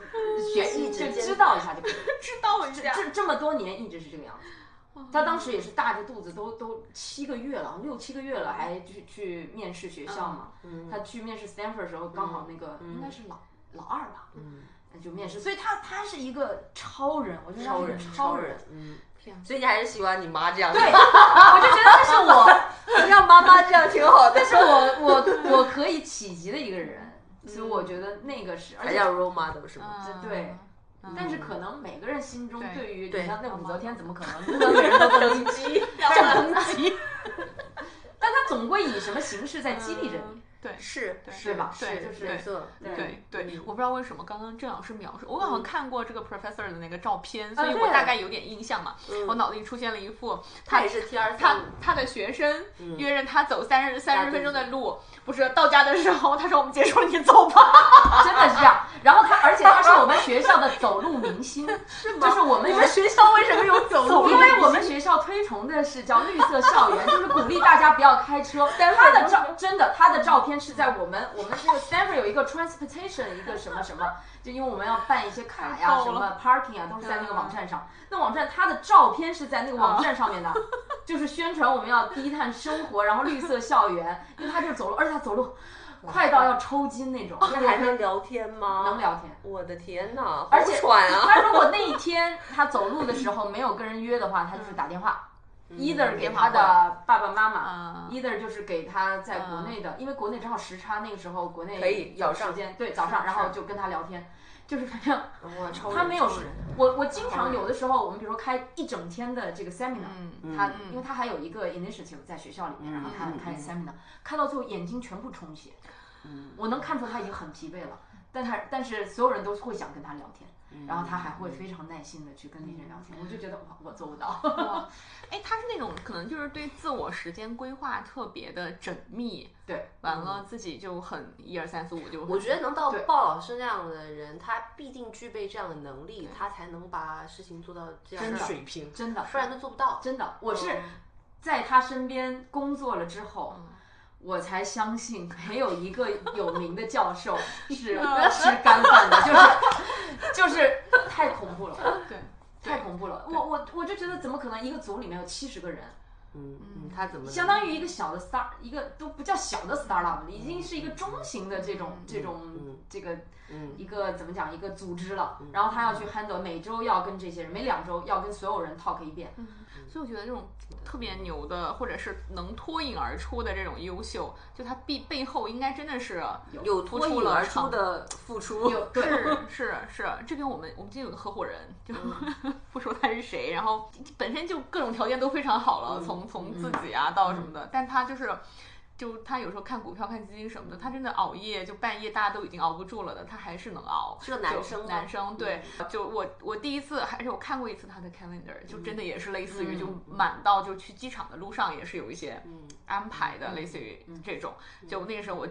[SPEAKER 2] 学
[SPEAKER 4] 一
[SPEAKER 2] 一
[SPEAKER 4] 直
[SPEAKER 2] 就
[SPEAKER 4] 坚持
[SPEAKER 2] 知道一下就可以了。
[SPEAKER 1] 知道一下，
[SPEAKER 2] 这这么多年一直是这个样子。他当时也是大着肚子，都都七个月了，六七个月了，还去去面试学校嘛。
[SPEAKER 4] 嗯
[SPEAKER 2] 他去面试 Stanford 的时候，刚好那个、应该是老老二吧，
[SPEAKER 4] 嗯
[SPEAKER 2] 那就面试，所以他他是一个超人，我觉得他是
[SPEAKER 4] 超
[SPEAKER 2] 一个
[SPEAKER 4] 人，
[SPEAKER 2] 超人，
[SPEAKER 4] 嗯，所以你还是喜欢你妈这样，
[SPEAKER 2] 对，，我就觉得他是我，
[SPEAKER 4] 让妈妈这样挺好的
[SPEAKER 2] 他，是我我我可以企及的一个人，所以我觉得那个是，而
[SPEAKER 4] 才
[SPEAKER 2] 且
[SPEAKER 4] 叫 role model 是吗？
[SPEAKER 1] 嗯
[SPEAKER 2] 对
[SPEAKER 1] 嗯
[SPEAKER 2] 但是可能每个人心中
[SPEAKER 1] 对
[SPEAKER 2] 对于
[SPEAKER 4] 对
[SPEAKER 2] 你像那武则天怎么可能那个人都不 能
[SPEAKER 4] 鸡，
[SPEAKER 2] 正极，但他总归以什么形式在激励着你，
[SPEAKER 1] 嗯对
[SPEAKER 4] 是
[SPEAKER 1] 对
[SPEAKER 4] 是吧？
[SPEAKER 1] 对
[SPEAKER 4] 是
[SPEAKER 1] 就是
[SPEAKER 4] 没错，
[SPEAKER 2] 对
[SPEAKER 1] 对对
[SPEAKER 4] 嗯，
[SPEAKER 1] 我不知道为什么刚刚郑老师描述，我好像看过这个 professor 的那个照片，所以
[SPEAKER 2] 对
[SPEAKER 1] 我大概有点印象嘛。
[SPEAKER 4] 嗯
[SPEAKER 1] 我脑子里出现了一副
[SPEAKER 4] 他
[SPEAKER 1] 他
[SPEAKER 4] 也是 T 二
[SPEAKER 1] 他
[SPEAKER 4] 三
[SPEAKER 1] 他的学生
[SPEAKER 4] 嗯啊
[SPEAKER 1] 约着他走三十三
[SPEAKER 4] 大
[SPEAKER 1] 十
[SPEAKER 4] 肚
[SPEAKER 1] 分钟
[SPEAKER 4] 子
[SPEAKER 1] 的路，不是到家的时候，他说我们结束了，你走吧。
[SPEAKER 4] 嗯
[SPEAKER 2] 真的是这样。然后他，而且他是我们学校的走路明 星，是
[SPEAKER 4] 吗
[SPEAKER 2] 就是我们
[SPEAKER 4] 你们学校为什么有走路？
[SPEAKER 2] 哦因为我们学校推崇的是叫绿色校园，就是鼓励大家不要开车。他的照真的，他的照片是在我们我们这个 Stanford 有一个 transportation 一个什么什么，就因为我们要办一些卡
[SPEAKER 1] 太
[SPEAKER 2] 呀、
[SPEAKER 1] 逗
[SPEAKER 2] 什
[SPEAKER 1] 了
[SPEAKER 2] 么 parking 啊，都是在那个网站上。那网站他的照片是在那个网站上面的， 就是宣传我们要低碳生活，然后绿色校园，因为他就是走路，而且他走路快到要抽筋那种，
[SPEAKER 4] 那还能聊天吗？
[SPEAKER 2] 能。聊天。
[SPEAKER 4] 我的天呐，
[SPEAKER 2] 而且
[SPEAKER 4] 好喘啊！
[SPEAKER 2] 他如果那一天他走路的时候没有跟人约的话，他就是打电话、e
[SPEAKER 4] 嗯
[SPEAKER 2] i t h e r 给他的爸爸妈妈、
[SPEAKER 1] 嗯
[SPEAKER 2] e i t h e r 就是给他在国内的，因为国内正好时差，那个时候国内
[SPEAKER 4] 嗯可以
[SPEAKER 2] 有
[SPEAKER 4] 早上
[SPEAKER 2] 时间，对早上，
[SPEAKER 4] 是哦
[SPEAKER 2] 然后就跟他聊天，就是反正
[SPEAKER 4] 哇，超人
[SPEAKER 2] 他没有
[SPEAKER 4] 超人哦
[SPEAKER 2] 我我经常有的时候，我们比如说开一整天的这个 seminar，
[SPEAKER 1] 嗯
[SPEAKER 2] 他
[SPEAKER 1] 嗯
[SPEAKER 2] 因为他还有一个 initiative 在学校里面，然后他
[SPEAKER 4] 嗯
[SPEAKER 2] 开
[SPEAKER 4] 嗯
[SPEAKER 2] seminar，开到最后眼睛全部充血，
[SPEAKER 4] 嗯
[SPEAKER 2] 我能看出他已经很疲惫了，但他但是所有人都会想跟他聊天。然后他还会非常耐心的去跟那些人聊天，我就觉得哇，我做不到。
[SPEAKER 1] 哎，他是那种可能就是对自我时间规划特别的缜密，
[SPEAKER 2] 对，
[SPEAKER 1] 完了自己就很一二三四五就很。
[SPEAKER 4] 我觉得能到
[SPEAKER 2] 对
[SPEAKER 4] 鲍老师那样的人，他必定具备这样的能力，他才能把事情做到这样的
[SPEAKER 2] 真的
[SPEAKER 4] 水平，
[SPEAKER 2] 真的，
[SPEAKER 4] 不然都做不到。
[SPEAKER 2] 真的，我是在他身边工作了之后，我才相信没有一个有名的教 授是吃干饭的，就是 就是太恐怖了，
[SPEAKER 1] 对，
[SPEAKER 2] 太恐怖了。我我我就觉得怎么可能一个组里面有七十个人，
[SPEAKER 4] 嗯嗯，他怎么能
[SPEAKER 2] 相当于一个小的 star，一个都不叫小的 startup，了已经是一个中型的这种这种
[SPEAKER 4] 嗯
[SPEAKER 2] 这个
[SPEAKER 4] 嗯
[SPEAKER 2] 一个怎么讲一个组织了，
[SPEAKER 1] 嗯
[SPEAKER 2] 然后他要去 handle 每周要跟这些人，每两周要跟所有人 talk 一遍，
[SPEAKER 1] 嗯所以我觉得这种特别牛的，或者是能脱颖而出的这种优秀，就他必背后应该真的是
[SPEAKER 4] 有脱颖而出的付 出？
[SPEAKER 2] 有对
[SPEAKER 1] 是是是，这边我们我们这有个合伙人，就、
[SPEAKER 4] 嗯
[SPEAKER 1] 不说他是谁，然后本身就各种条件都非常好
[SPEAKER 4] 嗯
[SPEAKER 1] 了，从从自己啊到什么的，但他就是。就他有时候看股票、看基金什么的，他真的熬夜，就半夜大家都已经熬不住了的，他还是能熬。
[SPEAKER 4] 是个男生吗嗯
[SPEAKER 1] 就男生对，就我我第一次还是我看过一次他的 calendar，就
[SPEAKER 4] 嗯
[SPEAKER 1] 真的也是类似于就满到就去机场的路上也是有一些
[SPEAKER 4] 嗯
[SPEAKER 1] 安排的，类似于这种。就那个时候我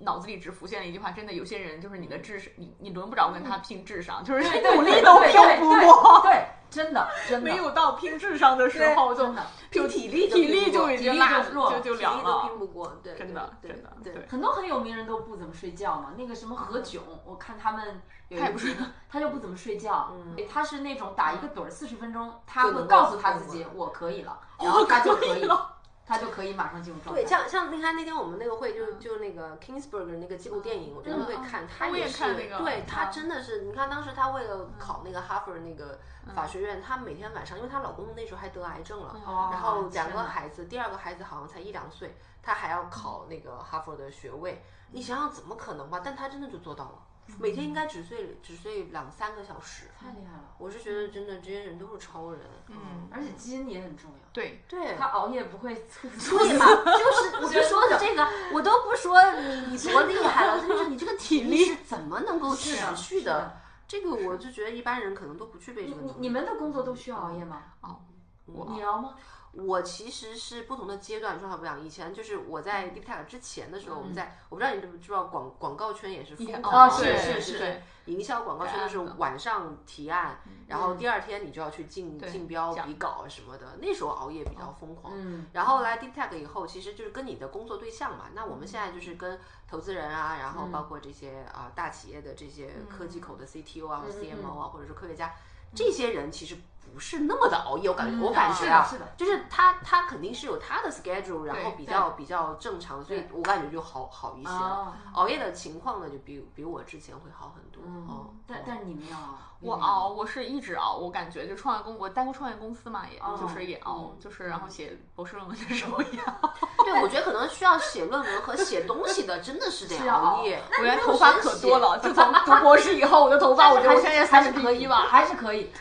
[SPEAKER 1] 脑子里只浮现了一句话：真的，有些人就是你的智商，你你轮不着跟他拼智商，就是
[SPEAKER 2] 对
[SPEAKER 1] 努力都
[SPEAKER 2] 对
[SPEAKER 1] 拼
[SPEAKER 2] 对
[SPEAKER 1] 不
[SPEAKER 2] 对
[SPEAKER 1] 过，
[SPEAKER 2] 对，真的真的
[SPEAKER 1] 没有到拼智商的时候，就
[SPEAKER 2] 真的。
[SPEAKER 4] 就体力都
[SPEAKER 1] 体力
[SPEAKER 4] 拼不过
[SPEAKER 1] 就已
[SPEAKER 2] 体
[SPEAKER 1] 经
[SPEAKER 2] 力
[SPEAKER 1] 落
[SPEAKER 2] 就弱
[SPEAKER 1] 就
[SPEAKER 2] 了
[SPEAKER 1] 就
[SPEAKER 4] 体力
[SPEAKER 1] 凉
[SPEAKER 4] 都
[SPEAKER 1] 了
[SPEAKER 4] 拼，不过，对，
[SPEAKER 1] 真的
[SPEAKER 4] 对
[SPEAKER 1] 真的
[SPEAKER 4] 对
[SPEAKER 1] 对
[SPEAKER 2] 很多很有名人都不怎么睡觉嘛，那个什么何炅，我看他们有一
[SPEAKER 1] 他也不
[SPEAKER 2] 集
[SPEAKER 1] 睡觉
[SPEAKER 2] 他就不怎么睡觉，
[SPEAKER 4] 嗯
[SPEAKER 2] 他是那种打一个盹儿四十分钟，他
[SPEAKER 4] 就
[SPEAKER 2] 会
[SPEAKER 4] 能够
[SPEAKER 2] 告诉他自己
[SPEAKER 4] 醒
[SPEAKER 2] 我可以了，然后他就可以
[SPEAKER 1] 哦我可以了，
[SPEAKER 2] 他就可以马上进入状态。
[SPEAKER 4] 对，像像你看那天我们那个会，就就那个 Kingsburg 那个纪录电影，我真的会看，他
[SPEAKER 1] 我也
[SPEAKER 4] 是
[SPEAKER 1] 看那个
[SPEAKER 4] 对他
[SPEAKER 1] 嗯
[SPEAKER 4] 真的是，你看当时他为了考那个哈佛那个法学院，他每天晚上，因为她老公那时候还得癌症了，
[SPEAKER 2] 哦
[SPEAKER 4] 然后两
[SPEAKER 2] 天
[SPEAKER 4] 个
[SPEAKER 2] 哪嗯
[SPEAKER 4] 孩子，第二个孩子好像才一两岁，他还要考那个哈佛的学位，你想想怎么可能吧？但他真的就做到了，每天应该只睡只睡两三个小时。
[SPEAKER 2] 嗯太厉害了，
[SPEAKER 4] 我是觉得真的这些人都是超人，
[SPEAKER 1] 嗯，
[SPEAKER 2] 而且基因也很重要，
[SPEAKER 1] 对，
[SPEAKER 4] 对
[SPEAKER 2] 他。熬夜不会促
[SPEAKER 4] 对
[SPEAKER 2] 进
[SPEAKER 4] 嘛， 就是我就说的这个，我都不说你你多厉害了，就是你这个体 力是怎么能够持续
[SPEAKER 2] 是的
[SPEAKER 4] 这个我就觉得一般人可能都不具备这个
[SPEAKER 2] 你
[SPEAKER 4] 能力。
[SPEAKER 2] 你们的工作都需要熬夜吗？
[SPEAKER 1] 哦，我
[SPEAKER 2] 你熬吗？
[SPEAKER 4] 我其实是不同的阶段状态不一样。以前就是我
[SPEAKER 2] 嗯
[SPEAKER 4] 在 Deep Tech 之前的时候，我们在我不知道你知不知道广广告圈也是疯狂
[SPEAKER 2] 哦是
[SPEAKER 4] 对
[SPEAKER 2] 是
[SPEAKER 4] 对
[SPEAKER 2] 是嗯
[SPEAKER 4] 对营销广告圈就是晚上提案，然后第二天你就要去竞竞标、
[SPEAKER 1] 讲
[SPEAKER 4] 比稿什么的。那时候熬夜比较疯狂。
[SPEAKER 2] 嗯，
[SPEAKER 4] 然后来 Deep Tech 以后，其实就是跟你的工作对象嘛。那我们
[SPEAKER 2] 嗯
[SPEAKER 4] 现在就是跟投资人啊，然后包括这些啊、大企业的这些科技口的
[SPEAKER 2] 嗯
[SPEAKER 4] CTO 啊、或者 CMO 啊，或者是科学家，这些人其实不是那么的熬夜。我感觉，我感
[SPEAKER 1] 是
[SPEAKER 4] 觉
[SPEAKER 1] 的
[SPEAKER 4] 啊，
[SPEAKER 2] 嗯是的
[SPEAKER 4] 就是他他肯定是有他的 schedule，然后
[SPEAKER 1] 对
[SPEAKER 4] 比较比较正常，所以我感觉就好好一些了。
[SPEAKER 2] 哦，
[SPEAKER 4] 熬夜的情况呢，就比比我之前会好很多。哦
[SPEAKER 2] 嗯，但但是你没有啊，
[SPEAKER 1] 我熬，我是一直熬，我感觉就创业公，我待过创业公司嘛，也、
[SPEAKER 2] 哦
[SPEAKER 1] 就是也熬，就是然后写博士论文的时候也熬，
[SPEAKER 4] 对，我觉得可能需要写论文和写东西的，真的是得
[SPEAKER 2] 是要熬
[SPEAKER 4] 熬夜。
[SPEAKER 1] 我原来头发可多了，自从读博士以后，我的头发我 觉得我现在
[SPEAKER 2] 还
[SPEAKER 1] 三
[SPEAKER 2] 是
[SPEAKER 1] 分
[SPEAKER 2] 可
[SPEAKER 1] 之
[SPEAKER 2] 以
[SPEAKER 1] 一吧，
[SPEAKER 2] 还是可以，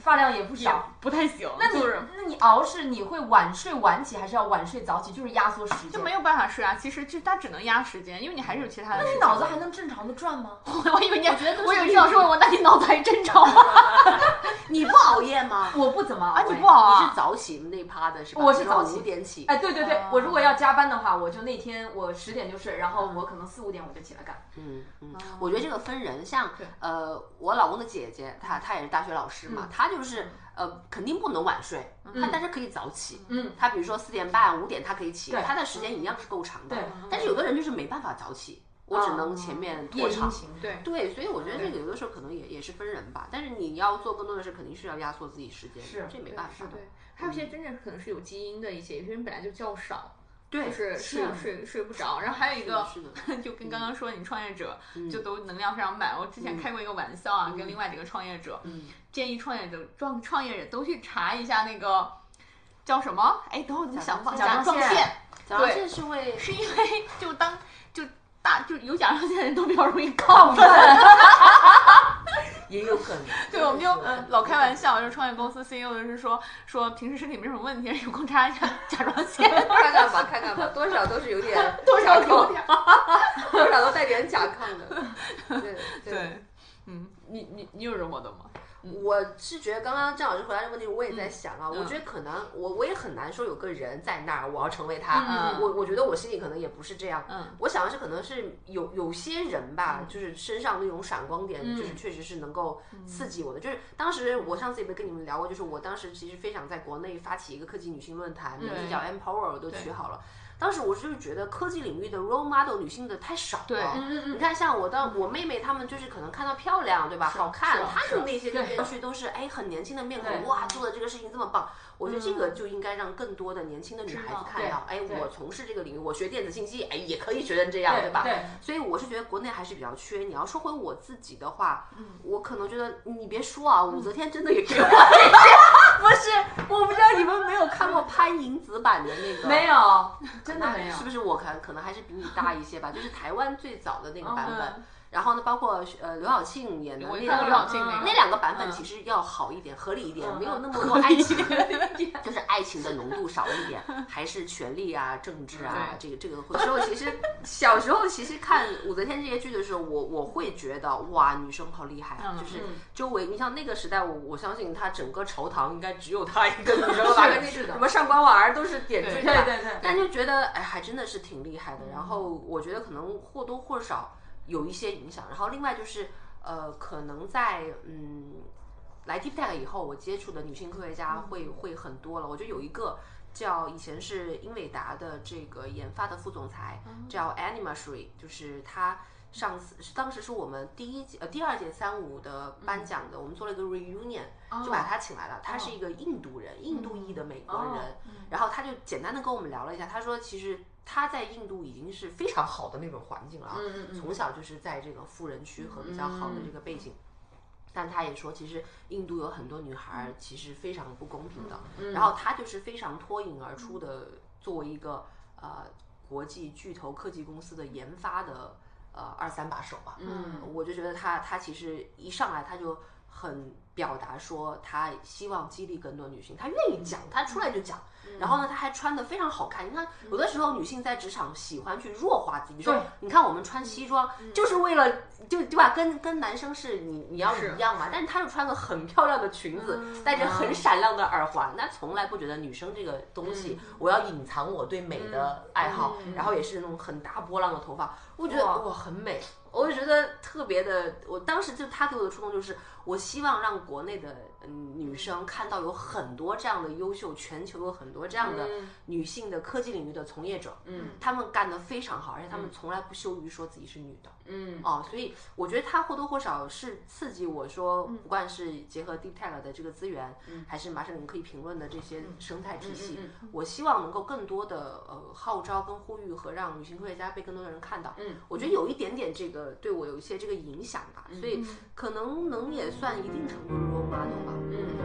[SPEAKER 2] 发量也不
[SPEAKER 1] 也
[SPEAKER 2] 少。
[SPEAKER 1] 不太行，
[SPEAKER 2] 那你
[SPEAKER 1] 就是
[SPEAKER 2] 那你熬是你会晚睡晚起，还是要晚睡早起？就是压缩时间，
[SPEAKER 1] 就没有办法睡啊。其实就它只能压时间，因为你还是有其他的事
[SPEAKER 2] 你
[SPEAKER 1] 情。
[SPEAKER 2] 脑子还能正常的转吗？
[SPEAKER 1] 我以为你，我
[SPEAKER 2] 觉得都是
[SPEAKER 1] 有听老师问我，那你脑子还正常吗？
[SPEAKER 4] 你不熬夜吗？
[SPEAKER 2] 我不怎么熬
[SPEAKER 1] 啊，你
[SPEAKER 2] 哎
[SPEAKER 1] 不好
[SPEAKER 4] 你
[SPEAKER 1] 啊
[SPEAKER 4] 是？早起那趴的是吧？
[SPEAKER 2] 我是早起
[SPEAKER 4] 五点起。
[SPEAKER 2] 哎，对对对，我如果要加班的话，我就那天我十点就睡，然后我可能四五点我就起来干。
[SPEAKER 4] 嗯嗯，我觉得这个分人，像呃，我老公的姐姐，她她也是大学老师嘛，她就是呃，肯定不能晚睡，她但是可以早起。
[SPEAKER 2] 嗯，
[SPEAKER 4] 她比如说四点半、五点，她可以起，
[SPEAKER 2] 对
[SPEAKER 4] 她的时间一样是够长的。
[SPEAKER 2] 对
[SPEAKER 4] 但是有的人就是没办法早起，我只能前面
[SPEAKER 2] 夜
[SPEAKER 4] 拖
[SPEAKER 2] 莺
[SPEAKER 4] 长。
[SPEAKER 2] 情，
[SPEAKER 1] 对，
[SPEAKER 4] 嗯哦对，所以我觉得这个有的时候可能也也是分人吧，但是你要做更多的事，肯定是要压缩自己时间的，
[SPEAKER 2] 啊是
[SPEAKER 4] 这没办法。
[SPEAKER 1] 对，还有一些真正可能是有基因的一些，有些人本来就觉少，
[SPEAKER 4] 对，
[SPEAKER 1] 就是啊
[SPEAKER 4] 是
[SPEAKER 1] 睡
[SPEAKER 4] 的
[SPEAKER 1] 睡睡不着。然后还有一个
[SPEAKER 4] 是 的，
[SPEAKER 1] 就跟刚刚说你创业者就都能量非常满。我之前开过一个玩笑啊，跟另外几个创业者，
[SPEAKER 4] 嗯
[SPEAKER 1] 建议创业者创创业者都去查一下那个叫什么？哎，等会儿我怎么想忘了？
[SPEAKER 2] 甲
[SPEAKER 1] 甲
[SPEAKER 2] 状
[SPEAKER 1] 状
[SPEAKER 2] 腺
[SPEAKER 1] 腺，
[SPEAKER 4] 早上这是为
[SPEAKER 1] 是因为 就当就大就有甲状腺的人都比较容易
[SPEAKER 2] 哦
[SPEAKER 1] 亢奋。
[SPEAKER 4] 也有可 能。
[SPEAKER 1] 对，我们就
[SPEAKER 4] 嗯
[SPEAKER 1] 嗯老开玩笑，就是创业公司 CEO 就是说说平时身体没什么问题，有空查一下 甲状腺，
[SPEAKER 4] 看看吧，看看吧，多少都是有点
[SPEAKER 1] 多少
[SPEAKER 4] 甲
[SPEAKER 1] 有
[SPEAKER 4] 亢
[SPEAKER 1] 点儿。
[SPEAKER 4] 多少都带点甲亢的。对对，
[SPEAKER 1] 对，嗯，你你你有惹我的吗？
[SPEAKER 4] 我是觉得刚刚郑老师回答这个问题，我也在想
[SPEAKER 1] 嗯
[SPEAKER 4] 啊，我觉得可能我我也很难说有个人在那儿，我要成为他。
[SPEAKER 1] 嗯
[SPEAKER 4] 我我觉得我心里可能也不是这样。
[SPEAKER 1] 嗯
[SPEAKER 4] 我想的是可能是有有些人吧，就是身上那种闪光点，
[SPEAKER 1] 嗯
[SPEAKER 4] 就是确实是能够刺激我的。就是当时我上次也没跟你们聊过，就是我当时其实非想在国内发起一个科技女性论坛，名字叫 Empower，我都取好了。当时我就是觉得科技领域的 role model 女性的太少了，
[SPEAKER 1] 对
[SPEAKER 2] 嗯嗯
[SPEAKER 4] 你看，像我到我妹妹她们，就是可能看到漂亮，对吧？好
[SPEAKER 1] 是
[SPEAKER 4] 看，
[SPEAKER 1] 啊
[SPEAKER 4] 她
[SPEAKER 1] 是啊
[SPEAKER 4] 们那些里面去都是哎很年轻的面孔，
[SPEAKER 2] 对嗯
[SPEAKER 4] 哇，做的这个事情这么棒。我觉得这个就应该让更多的年轻的女孩子看到，哎，
[SPEAKER 2] 对
[SPEAKER 4] 我从事这个领域，我学电子信息，哎，也可以学成这样，
[SPEAKER 2] 对
[SPEAKER 4] 对吧？
[SPEAKER 2] 对
[SPEAKER 4] 所以我是觉得国内还是比较缺。你要说回我自己的话，
[SPEAKER 2] 嗯
[SPEAKER 4] 我可能觉得你别说啊，武则天真的也给我 不是，我不知道你们没有看过潘迎紫版的那 个
[SPEAKER 2] 没有，真的
[SPEAKER 4] 那
[SPEAKER 2] 没有
[SPEAKER 4] 是。不是我可能可能还是比你大一些吧？就是台湾最早的那个版本
[SPEAKER 2] 哦
[SPEAKER 1] 嗯，
[SPEAKER 4] 然后呢，包括呃刘晓庆演的
[SPEAKER 1] 我
[SPEAKER 4] 那
[SPEAKER 1] 一看
[SPEAKER 4] 两
[SPEAKER 1] 刘
[SPEAKER 4] 个
[SPEAKER 1] 晓庆那
[SPEAKER 2] 嗯
[SPEAKER 1] 个
[SPEAKER 4] 那两个版本其实要好一点，合理一点，没有那么多
[SPEAKER 1] 合
[SPEAKER 4] 爱
[SPEAKER 1] 理一
[SPEAKER 4] 情
[SPEAKER 1] 点，
[SPEAKER 4] 就是爱情的浓度少一点，还是权力啊、政治啊，
[SPEAKER 1] 对
[SPEAKER 4] 这个这个会。所以我其实 小时候其实看武则天这些剧的时候，我我会觉得哇，女生好厉害，啊
[SPEAKER 1] 嗯
[SPEAKER 4] 就是
[SPEAKER 2] 嗯
[SPEAKER 4] 周围，你像那个时代，我我相信她整个朝堂应该只有她一个女生了吧？跟那
[SPEAKER 2] 是的
[SPEAKER 4] 什么上官婉儿都是点
[SPEAKER 1] 对
[SPEAKER 4] 缀
[SPEAKER 2] 对
[SPEAKER 4] 的。
[SPEAKER 2] 对对，
[SPEAKER 4] 但就觉得哎，还真的是挺厉害的。然后我觉得可能或多或少有一些影响。然后另外就是呃，可能在嗯来 Deep Tech 以后，我接触的女性科学
[SPEAKER 2] 嗯
[SPEAKER 4] 家会、会很多了。我觉得有一个。叫以前是英伟达的这个研发的副总裁，
[SPEAKER 2] 哦
[SPEAKER 4] 叫 Anima Sri，就是他上次是当时是我们第一届呃第二届三五的颁
[SPEAKER 2] 嗯
[SPEAKER 4] 奖的，我们做了一个 reunion，、
[SPEAKER 2] 哦
[SPEAKER 4] 就把他请来了。他是一个印度人，印度裔的美国人，
[SPEAKER 2] 哦
[SPEAKER 4] 然后他就简单的跟我们聊了一下，他说其实他在印度已经是非常好的那种环境了啊，
[SPEAKER 2] 嗯嗯嗯
[SPEAKER 4] 从小就是在这个富人区和比较好的这个背景。但他也说，其实印度有很多女孩
[SPEAKER 2] 嗯
[SPEAKER 4] 儿其实非常不公平的，然后他就是非常脱颖而出的，
[SPEAKER 2] 嗯
[SPEAKER 4] 作为一个呃国际巨头科技公司的研发的呃二三把手吧，嗯，我就觉得他他其实一上来他就很表达说他希望激励更多女性，他愿意讲，他出来就讲。然后呢，他还穿的非常好看。你看，有的时候女性在职场喜欢去弱化自己，比如说
[SPEAKER 2] 对
[SPEAKER 4] 你看我们穿西装就是为了就对吧？跟跟男生是你你要一样嘛，但是她就穿个很漂亮的裙子，戴着很闪亮的耳环，那从来不觉得女生这个东
[SPEAKER 2] 嗯
[SPEAKER 4] 西我要隐藏我对美的爱好，然后也是那种很大波浪的头发，我觉得
[SPEAKER 2] 哇
[SPEAKER 4] 哇很美。我就觉得特别的，我当时就他给我的触动就是，我希望让国内的嗯女生看到有很多这样的优秀，全球有很多这样的
[SPEAKER 2] 嗯
[SPEAKER 4] 女性的科技领域的从业者，嗯，他们干得非常好，而且他们从来不羞于说自己是女的，
[SPEAKER 2] 嗯
[SPEAKER 4] 哦，所以我觉得它或多或少是刺激我说，
[SPEAKER 2] 嗯
[SPEAKER 4] 不管是结合 Deep Tech 的这个资源，还是马上你们可以评论的这些生态体系，
[SPEAKER 2] 嗯
[SPEAKER 4] 我希望能够更多的呃号召跟呼吁和让女性科学家被更多的人看到。
[SPEAKER 2] 嗯，
[SPEAKER 4] 我觉得有一点点这个
[SPEAKER 2] 嗯
[SPEAKER 4] 对我有一些这个影响吧，所以可能能也算一定程度的 role model 吧。
[SPEAKER 2] 嗯